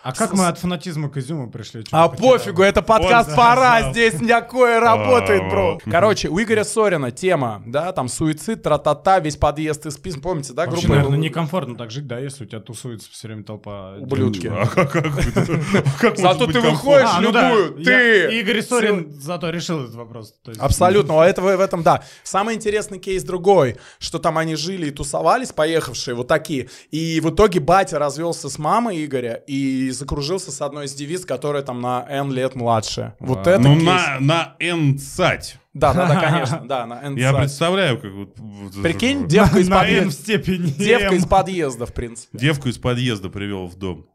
S2: А как мы от фанатизма к изюму пришли? Чё,
S3: А
S2: потерял?
S3: пофигу, это подкаст
S4: Он
S3: «Пора»,
S4: сказал.
S3: здесь никакое работает, бро.
S4: Вау.
S3: Короче, у Игоря Сорина тема, да, там суицид, тра-та-та, весь подъезд из писем, помните, да,
S2: Вообще,
S3: группа?
S2: наверное, некомфортно так жить, да, если у тебя тусуется все время толпа.
S3: Ублюдки.
S4: А как, как, *laughs* как
S3: Зато
S4: может быть
S3: ты
S4: комфортно?
S3: выходишь,
S2: А, ну да,
S3: любую,
S2: я-
S3: ты!
S2: Игорь Сорин зато решил этот вопрос. То есть-
S3: Абсолютно, а это в в этом, да. Самый интересный кейс другой, что там они жили и тусовались, поехавшие, вот такие. И в итоге батя развелся с мамой Игоря и закружился с одной из девиц, которая там на N лет младше. Вот это
S4: Ну,
S3: кейс.
S4: на, на N-цать.
S3: Да, да, да, конечно, да, на N
S4: Я
S3: сад.
S4: представляю, как вот- вот...
S3: Прикинь,
S4: девку.
S3: девка из
S2: На N в
S3: подъезда.
S2: степени.
S3: Девка
S2: М.
S3: из подъезда, в принципе.
S4: Девку из подъезда привел в дом.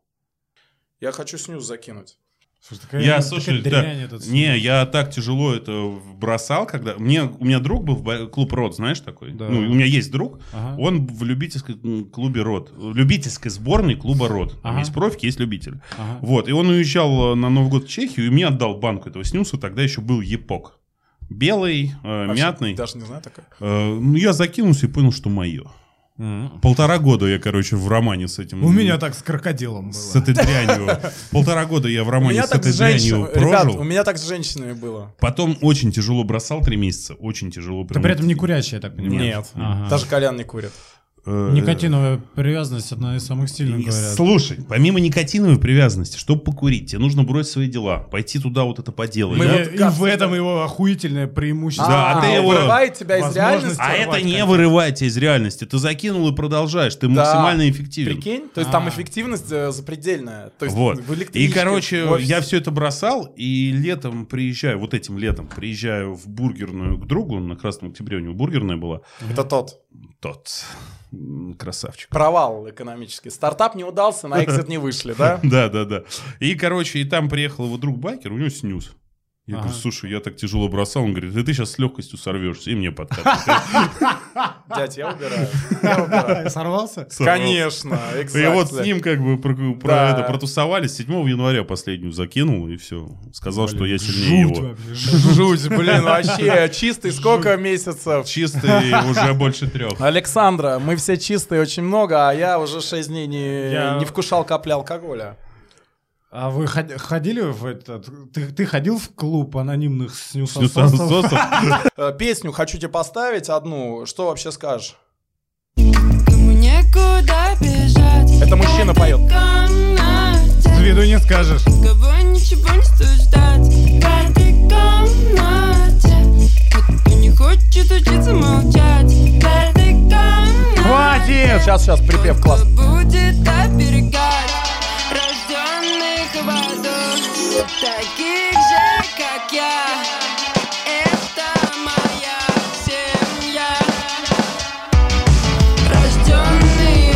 S3: Я хочу снюс закинуть.
S2: Слушай, такая-
S4: Я,
S2: такая
S4: слушай, да,
S2: дрянь этот
S4: не, я так тяжело это бросал, когда... Мне, у меня друг был в бо- клуб «Рот», знаешь такой?
S2: Да.
S4: Ну, у меня есть друг,
S2: Ага.
S4: он в любительском м, клубе «Рот», в любительской сборной клуба «Рот». Там
S2: Ага.
S4: есть профики, есть любитель.
S2: Ага.
S4: Вот, и он уезжал э, на Новый год в Чехию, и мне отдал банку этого снюса, тогда еще был епок. Белый, э, мятный.
S3: А Даже не знаю такое.
S4: Э, ну, я закинулся и понял, что мое. Полтора года я, короче, в романе с этим...
S2: У меня так с крокодилом
S4: С
S2: было.
S4: этой дрянью. Полтора года я в
S3: У
S4: романе
S3: меня
S4: с
S3: так
S4: этой
S3: с
S4: дрянью
S3: женщинами, ребят, у
S4: прожил.
S3: меня так с женщинами было.
S4: Потом очень тяжело бросал три месяца, очень тяжело.
S2: Ты
S4: прям
S2: при этом не
S4: вот-
S2: курящий, я так понимаю.
S4: Нет.
S2: Ага.
S3: Даже Колян не курит.
S4: Э,
S2: Никотиновая привязанность одна из самых сильных,
S4: И
S2: говорят.
S4: Слушай, помимо никотиновой привязанности, чтобы покурить, тебе нужно бросить свои дела, пойти туда вот это поделать.
S2: И-
S3: Мы
S4: да?
S3: вот
S2: и
S3: как
S2: в этом его охуительное преимущество.
S4: Да, а ты его-
S3: вырывает тебя из
S2: возможность-
S3: реальности.
S4: А это
S2: сорвать
S4: не
S2: контент.
S4: вырывает тебя из реальности. Ты закинул и продолжаешь. Ты
S3: Да.
S4: максимально эффективен.
S3: Прикинь? То есть там
S2: А.
S3: эффективность э, запредельная. То есть
S4: Вот.
S3: в
S4: И,
S3: электричке,
S4: короче,
S3: в офисе.
S4: я все это бросал, и летом приезжаю, вот этим летом приезжаю в бургерную к другу, на Красном Октябре у него бургерная была.
S3: Это тот
S4: Тот м, красавчик.
S3: провал экономический. Стартап не удался, на экзит не вышли, да?
S4: *laughs* Да, да, да. И, короче, и там приехал его друг байкер, у него снюс. Я
S2: Ага.
S4: говорю, слушай, я так тяжело бросал. Он говорит, да ты сейчас с легкостью сорвешься. И
S3: *laughs*
S4: мне подкатывает.
S3: Дядь, я убираю. Я убираю.
S2: А, Сорвался?
S3: Конечно,
S4: И вот
S3: exactly.
S4: с ним как бы про- про
S3: Да.
S4: это протусовались. 7 января последнюю закинул, и все. Сказал, что я сильнее
S2: Жуть
S4: его.
S2: вообще. жуть.
S3: Жуть, блин, вообще чистый сколько месяцев?
S4: Чистый уже
S3: *laughs*
S4: больше трех.
S3: Александра, мы все чистые очень много, а я уже 6 дней не,
S2: Я-
S3: не вкушал капли алкоголя.
S2: А вы ход- ходили в этот... Ты, ты ходил в клуб анонимных
S4: Снюс
S2: снюсососов?
S4: отсосов.
S3: Э, Песню хочу тебе поставить одну. Что вообще скажешь?
S5: Ему некуда бежать.
S3: Это мужчина поет.
S2: С виду не скажешь.
S5: Кого ничего не стоит ждать. В этой комнате. Тот, кто не хочет учиться молчать. В этой комнате.
S2: Хватит!
S3: Сейчас, сейчас, припев
S5: тот,
S3: класс.
S2: *laughs*
S5: кто будет оберегать рожденных водой. Таких же, как я. Это моя семья. Рожденный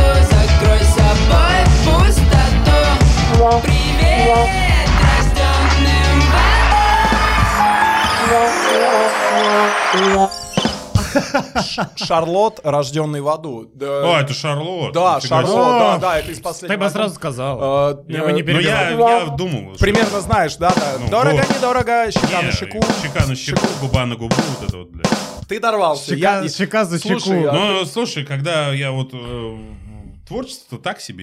S5: водой, закрой собой пустоту. Привет, рожденным водой.
S3: Шарлот, рожденный в аду.
S4: А,
S3: Да,
S4: это Шарлот.
S3: да, Шарлот, да,
S2: Ох,
S3: да, это из
S2: Ты бы
S3: последнего.
S2: сразу сказал.
S3: Э,
S2: Я бы не
S3: э,
S4: Ну, я, я думал. что-
S3: Примерно знаешь, да, да.
S4: Ну,
S3: дорого,
S4: вот.
S3: недорого, щека
S4: Не,
S3: на щеку.
S4: щека на щеку, губа на губу, вот это вот, блядь.
S3: Ты дорвался.
S2: Щека
S3: я-
S2: щека за
S3: Слушай,
S2: щеку.
S3: а-
S4: Ну, слушай, когда я вот... э, Творчество так себе.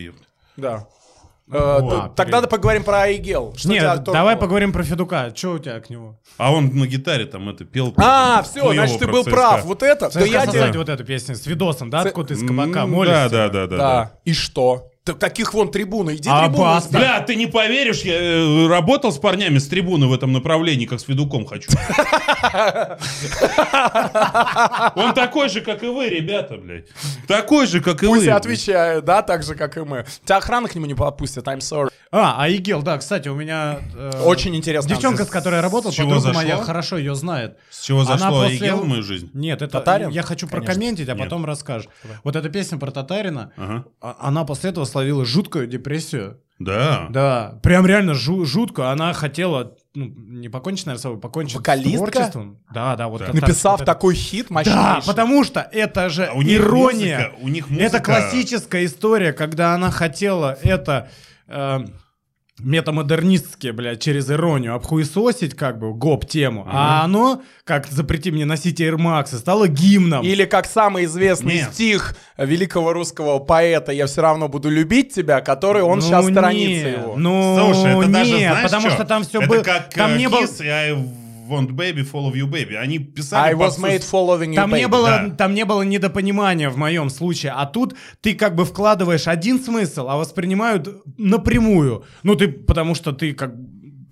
S3: Да. Э,
S4: вот,
S3: т-
S4: блин.
S3: Тогда да поговорим про Айгел. Что тебя
S2: Нет,
S3: торкнуло?
S2: давай поговорим про Федука. Что у тебя к нему?
S4: А он на гитаре там это пел.
S3: А, все,
S4: хуёво
S3: значит, ты
S4: про
S3: был
S4: ЦСКА.
S3: прав. Вот это. Да
S2: Ты
S3: я
S2: хотел
S3: тебе...
S2: сказать вот эту песню с видосом, да,
S3: Ц-
S2: откуда ты из
S4: М,
S2: кабака
S4: Да,
S2: молишься?
S4: да, да, да. да.
S3: Да. И что? Так таких вон трибуны. Иди
S2: А,
S3: трибуну.
S2: баста.
S3: ставь.
S4: Бля, ты не поверишь, я э, работал с парнями с трибуны в этом направлении, как с Федуком хочу. Он такой же, как и вы, ребята, блядь. Такой же, как и вы.
S3: Пусть я
S4: блядь.
S3: отвечаю, да, так же, как и мы. Тебя охрана к нему не подпустит, I'm sorry.
S2: А, Айгел, да, кстати, у меня... э,
S3: Очень интересно.
S2: Девчонка, с которой я работал,
S4: С чего
S2: подруга
S4: зашло?
S2: моя, хорошо ее знает.
S4: С чего
S2: Она
S4: зашло
S2: после-
S4: Айгел в мою жизнь?
S2: Нет, это
S3: Татарин?
S2: я хочу прокомментить, а
S4: Нет.
S2: потом расскажешь. Вот эта песня про татарина,
S4: Ага.
S2: а- она после этого словила жуткую депрессию.
S4: Да.
S2: Да, прям реально жу- жутко. Она хотела, ну, не покончить, наверное, с собой, покончить
S3: Вокалистка?
S2: с творчеством. Да, да, вот
S4: Да.
S2: это-
S3: Написав
S2: вот это-
S3: такой хит мощнейший.
S2: Да, потому что это же
S4: А у них
S2: ирония.
S4: музыка- у них
S2: Это
S4: музыка-
S2: классическая история, когда она хотела это э, метамодернистски, бля, через иронию обхуесосить, как бы, гоп-тему. А оно, как «Запрети мне носить Air Max», стало гимном.
S3: Или как самый известный
S4: Нет.
S3: стих великого русского поэта «Я все равно буду любить тебя», который он
S2: Ну,
S3: сейчас
S2: не,
S3: сторонится его.
S2: Ну,
S4: Слушай, это
S2: нет,
S4: даже, знаешь,
S2: потому что, там все было...
S4: Это как э,
S2: там не было...
S4: Kiss и I want baby, follow you baby. Они писали
S3: I was
S4: попсу-
S3: made following you,
S2: Там не,
S3: baby.
S2: было,
S4: да.
S2: там не было недопонимания в моем случае, а тут ты как бы вкладываешь один смысл, а воспринимают напрямую. Ну ты, потому что ты как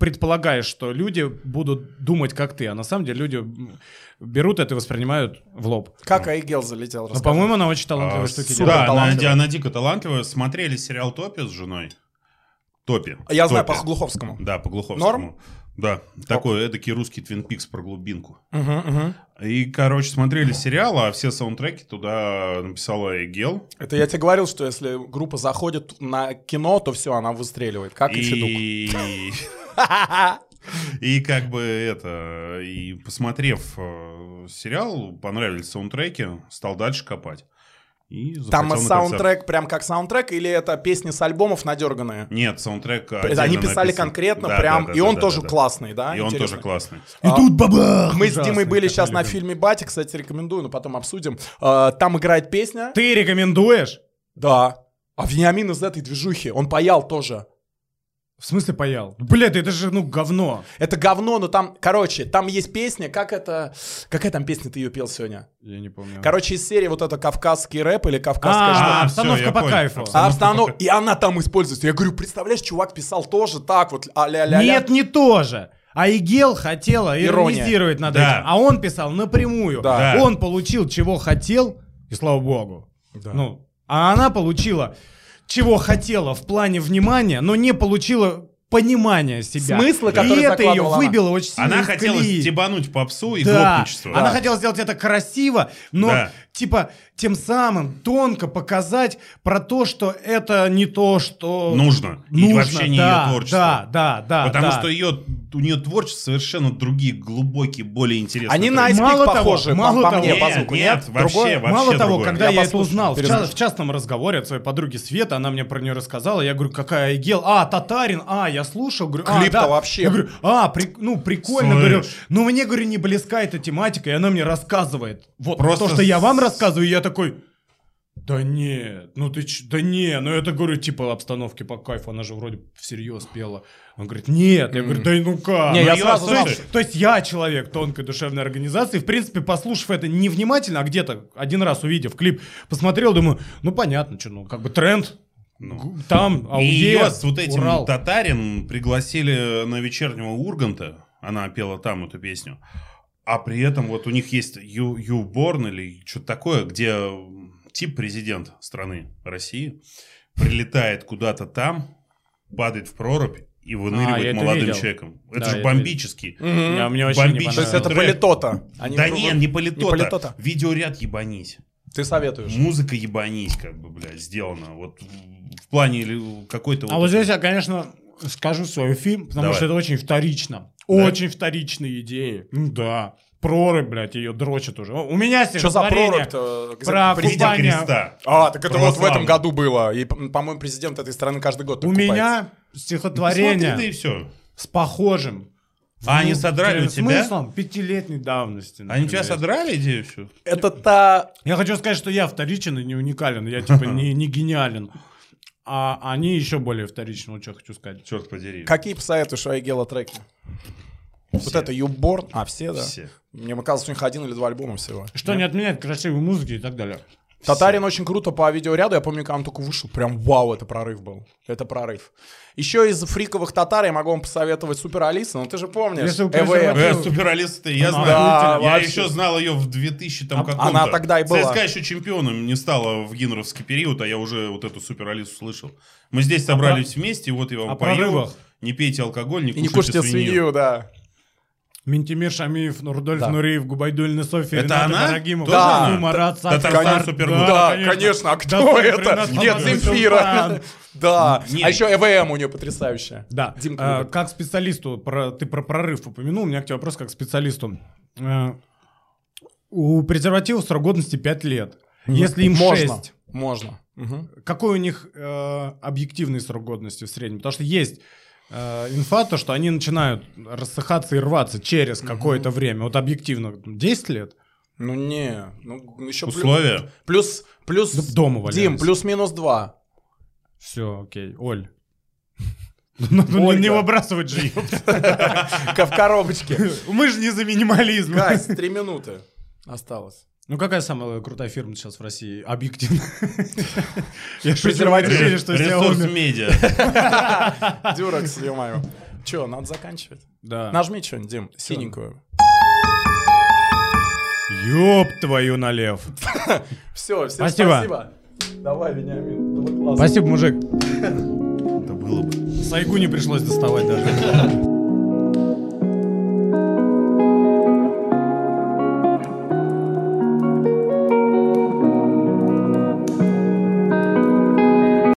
S2: предполагаешь, что люди будут думать как ты, а на самом деле люди м, берут это и воспринимают в лоб.
S3: Как Айгел залетел,
S2: Но,
S3: расскажи.
S2: Ну, по-моему, она очень талантливая Типа,
S4: А,
S2: штуки
S4: с-
S2: делает.
S4: Да, она,
S3: талантливая.
S4: она дико талантливая. Смотрели сериал «Топи» с женой. «Топи».
S3: Я знаю
S4: «Топи».
S3: по Глуховскому.
S4: Да, по Глуховскому.
S3: Норм?
S4: Да, такой эдакий русский Твин Пикс про глубинку.
S3: Мгм, мгм.
S4: И, короче, смотрели сериал, а все саундтреки туда написала Эгел.
S3: Это я тебе говорил, что если группа заходит на кино, то все, она выстреливает, как и Федук.
S4: и... *laughs* И как бы это... И посмотрев э, сериал, понравились саундтреки, стал дальше копать. И
S3: Там
S4: захотел на
S3: и
S4: концерт.
S3: саундтрек прям как саундтрек, или это песни с альбомов надерганные?
S4: Нет, саундтрек
S3: Это
S4: отдельно
S3: Они писали
S4: написан.
S3: конкретно
S4: Да,
S3: прям,
S4: да, да,
S3: и он
S4: да,
S3: тоже
S4: да, да.
S3: классный, да?
S4: И он
S3: А, Интересно.
S4: тоже классный.
S2: И тут бабах!
S3: Мы с
S2: Ужасно,
S3: Димой были
S2: как
S3: сейчас
S2: мы
S3: на
S2: любим.
S3: фильме «Батя», кстати, рекомендую, но потом обсудим. Э, Там играет песня.
S2: Ты рекомендуешь?
S3: Да. А Вениамин из этой движухи, он паял тоже.
S2: В смысле паял? Блядь, это же, ну, говно.
S3: Это говно, но там, короче, там есть песня, как это... Какая там песня ты ее пел сегодня?
S2: Я не помню.
S3: Короче, из серии вот это кавказский рэп или кавказская
S2: А,
S4: всё,
S2: обстановка
S4: я
S2: по
S4: понял.
S2: кайфу.
S3: А обстанов... И она там используется. Я говорю, представляешь, чувак писал тоже так вот, а-ля-ля-ля.
S2: Нет, не то же. Айгел хотела
S3: Ирония.
S2: иронизировать над
S4: Да.
S2: этим, а он писал напрямую.
S3: Да.
S4: Да.
S2: Он получил, чего хотел, и слава богу. Ну, а она получила, чего хотела в плане внимания, но не получила понимания себя.
S3: Смысла,
S2: и
S3: который
S2: это ее
S3: закладывала она.
S2: выбило очень сильно
S4: Она
S2: из
S4: хотела
S2: колеи.
S4: стебануть попсу и
S2: Да.
S4: гопничество.
S2: Она
S4: Да.
S2: хотела сделать это красиво, но
S4: Да.
S2: типа тем самым тонко показать про то, что это не то, что
S4: Нужно. И
S2: нужно.
S4: вообще не
S2: да,
S4: ее творчество.
S2: Да, да, да.
S4: Потому
S2: да.
S4: что ее, у нее творчество совершенно другие, глубокие, более интересные.
S3: Они на
S4: треки.
S3: Ice Peak
S2: Мало того,
S3: похожи, по-
S2: мало
S3: по,
S2: того.
S3: мне, по
S4: Нет,
S3: звуку,
S4: нет, вообще,
S3: Другое?
S4: вообще.
S2: Мало того,
S4: другое.
S2: когда
S3: Я
S2: я, это
S3: послушаю,
S2: узнал в,
S3: перезапись.
S2: ча- в частном разговоре от своей подруги Светы, она мне про нее рассказала, я говорю, какая Айгел, а, татарин, а, я слушал, говорю, а,
S3: Клип-то
S2: да.
S3: вообще.
S2: Я говорю, а, при- ну, прикольно,
S4: Слышь.
S2: говорю, но мне, говорю, не близка эта тематика, и она мне рассказывает. Вот
S4: Просто
S2: то, что я
S4: с-
S2: вам рассказываю, и я такой, да нет, ну ты ч- да не, ну это, говорю, типа обстановки по кайфу, она же вроде всерьез пела. Он говорит, нет, я говорю, да и ну как.
S3: Не,
S2: Ну,
S3: я
S2: её
S3: сразу
S2: оставь-
S3: знал,
S2: то есть я человек тонкой душевной организации, в принципе, послушав это невнимательно, а где-то один раз увидев клип, посмотрел, думаю, ну понятно, что, ну как бы тренд,
S4: Ну.
S2: там,
S3: А
S4: И ее
S2: аудио,
S4: с вот этим
S2: Урал.
S4: татарин пригласили на вечернего Урганта. Она пела там эту песню. А при этом вот у них есть Ю- Юборн или что-то такое, где м, тип президент страны России прилетает куда-то там, падает в прорубь
S2: А,
S4: и
S2: я
S4: выныривает
S2: это
S4: молодым
S2: видел.
S4: человеком.
S2: Да, я
S4: Это
S2: это
S4: же
S2: видел.
S4: бомбический.
S3: Мгм.
S2: Я- мне вообще не
S4: Бомбический.
S3: То есть это
S4: Трек.
S3: политота. а
S4: да
S3: другое?
S4: не, не политота.
S3: Не политота.
S4: Видеоряд ебанись.
S3: Ты советуешь.
S4: Музыка ебанись, как бы, блядь, сделана. Вот в в плане или какой-то...
S2: А
S4: вот
S2: вот
S4: этой-
S2: здесь я, конечно, скажу свою фильм, потому
S4: Давай.
S2: что это очень вторично.
S4: Да?
S2: Очень вторичные идеи. Ну да. прорубь, блядь, ее дрочат уже. О, У меня
S3: Что за
S2: стихотворение
S3: прорубь-то? Где-
S2: Про
S4: Приди
S2: купание.
S4: креста.
S3: А, так это вот в
S4: Православный.
S3: этом году было. И, п- по-моему, президент этой страны каждый год так
S2: У
S3: купается.
S2: меня
S4: Смотри,
S2: стихотворение
S4: да и все.
S2: с похожим. Ну,
S4: А они содрали у тебя?
S2: Смыслом пятилетней давности.
S4: Они у
S2: например.
S4: тебя содрали идею все?
S3: Это та...
S2: Я хочу сказать, что я вторичен и не уникален. Я,
S4: *laughs*
S2: типа, не, не гениален. А они еще более вторичны. Вот что хочу сказать.
S4: Черт подери.
S3: Какие посоветуешь Айгела треки? Вот это Юборн. А, все, да?
S4: Все.
S3: Мне казалось, у них один или два альбома всего.
S2: Что не отменяет красивой музыки и так далее.
S3: Татарин очень круто по видеоряду. Я помню, когда он только вышел, прям вау, это прорыв был. Это прорыв. Еще из фриковых татар я могу вам посоветовать Супер Алиса, но ты же помнишь. Эм».
S2: Если вы
S3: EVM.
S2: презерватив-
S4: Э, Супералиста, я
S2: Она
S4: знаю.
S3: Да,
S4: я
S3: вообще.
S4: еще знал ее в 2000 там каком-то.
S3: она тогда и была.
S4: ЦСКА еще чемпионом не стала в гинровский период, а я уже вот эту Супералису слышал. Мы здесь собрались вместе, и вот я вам
S2: о
S4: пою.
S2: прорывах.
S4: Не пейте алкоголь, не
S3: И не
S4: кушайте
S3: кушайте
S4: свинью.
S3: свинью, да.
S2: Ментимир Шамиев, Рудольф
S3: Да.
S2: Нуриев, Губайдулина София,
S4: Это
S2: Рената
S4: она?
S2: Карагимова,
S4: Тоже
S2: Расул
S4: она?
S2: Марат, Сафар.
S4: Татарстан Супергуд.
S3: Да, конечно. А кто
S2: Да,
S3: это?
S2: Ренат
S3: Нет,
S2: Фадеев,
S3: Земфира.
S2: Султан.
S3: *laughs* Да.
S4: Не.
S3: А еще ЭВМ у нее потрясающая.
S2: Да.
S3: Димка
S2: Э,
S3: любит.
S2: как специалисту, про, ты про прорыв упомянул, у меня к тебе вопрос как к специалисту. Э, у презервативов срок годности 5 лет. Если им
S3: Можно.
S2: 6,
S3: Можно. Мгм.
S2: какой у них э, объективный срок годности в среднем? Потому что есть э, инфа, то, что они начинают рассыхаться и рваться через какое-то время. Вот объективно там, 10 лет
S3: Ну не, ну еще
S4: Условия?
S3: плюс плюс
S2: Ну, дома валяюсь.
S3: Дим плюс-минус два.
S2: Все, окей. Оль. Ну, ну,
S3: Ольга.
S2: не выбрасывать же.
S3: *laughs*
S2: ёпта.
S3: Ка- В
S2: *laughs*
S3: коробочке.
S2: Мы же не за минимализм.
S3: Кась, три минуты осталось.
S2: Ну, какая самая крутая фирма сейчас в России? Объективно. *laughs* Я шучу, вы
S3: Презерватив.
S2: решили, что я
S4: Ресурс
S2: умер.
S4: медиа.
S3: Дюрок снимаю. Че, надо заканчивать?
S2: Да.
S3: Нажми что-нибудь, Дим, синенькую.
S2: Ёб твою налев.
S3: Все, всем
S2: Спасибо.
S3: спасибо. Давай, Вениамин. было классно.
S2: Спасибо, мужик.
S4: Это было бы.
S2: Сайгу не пришлось доставать даже.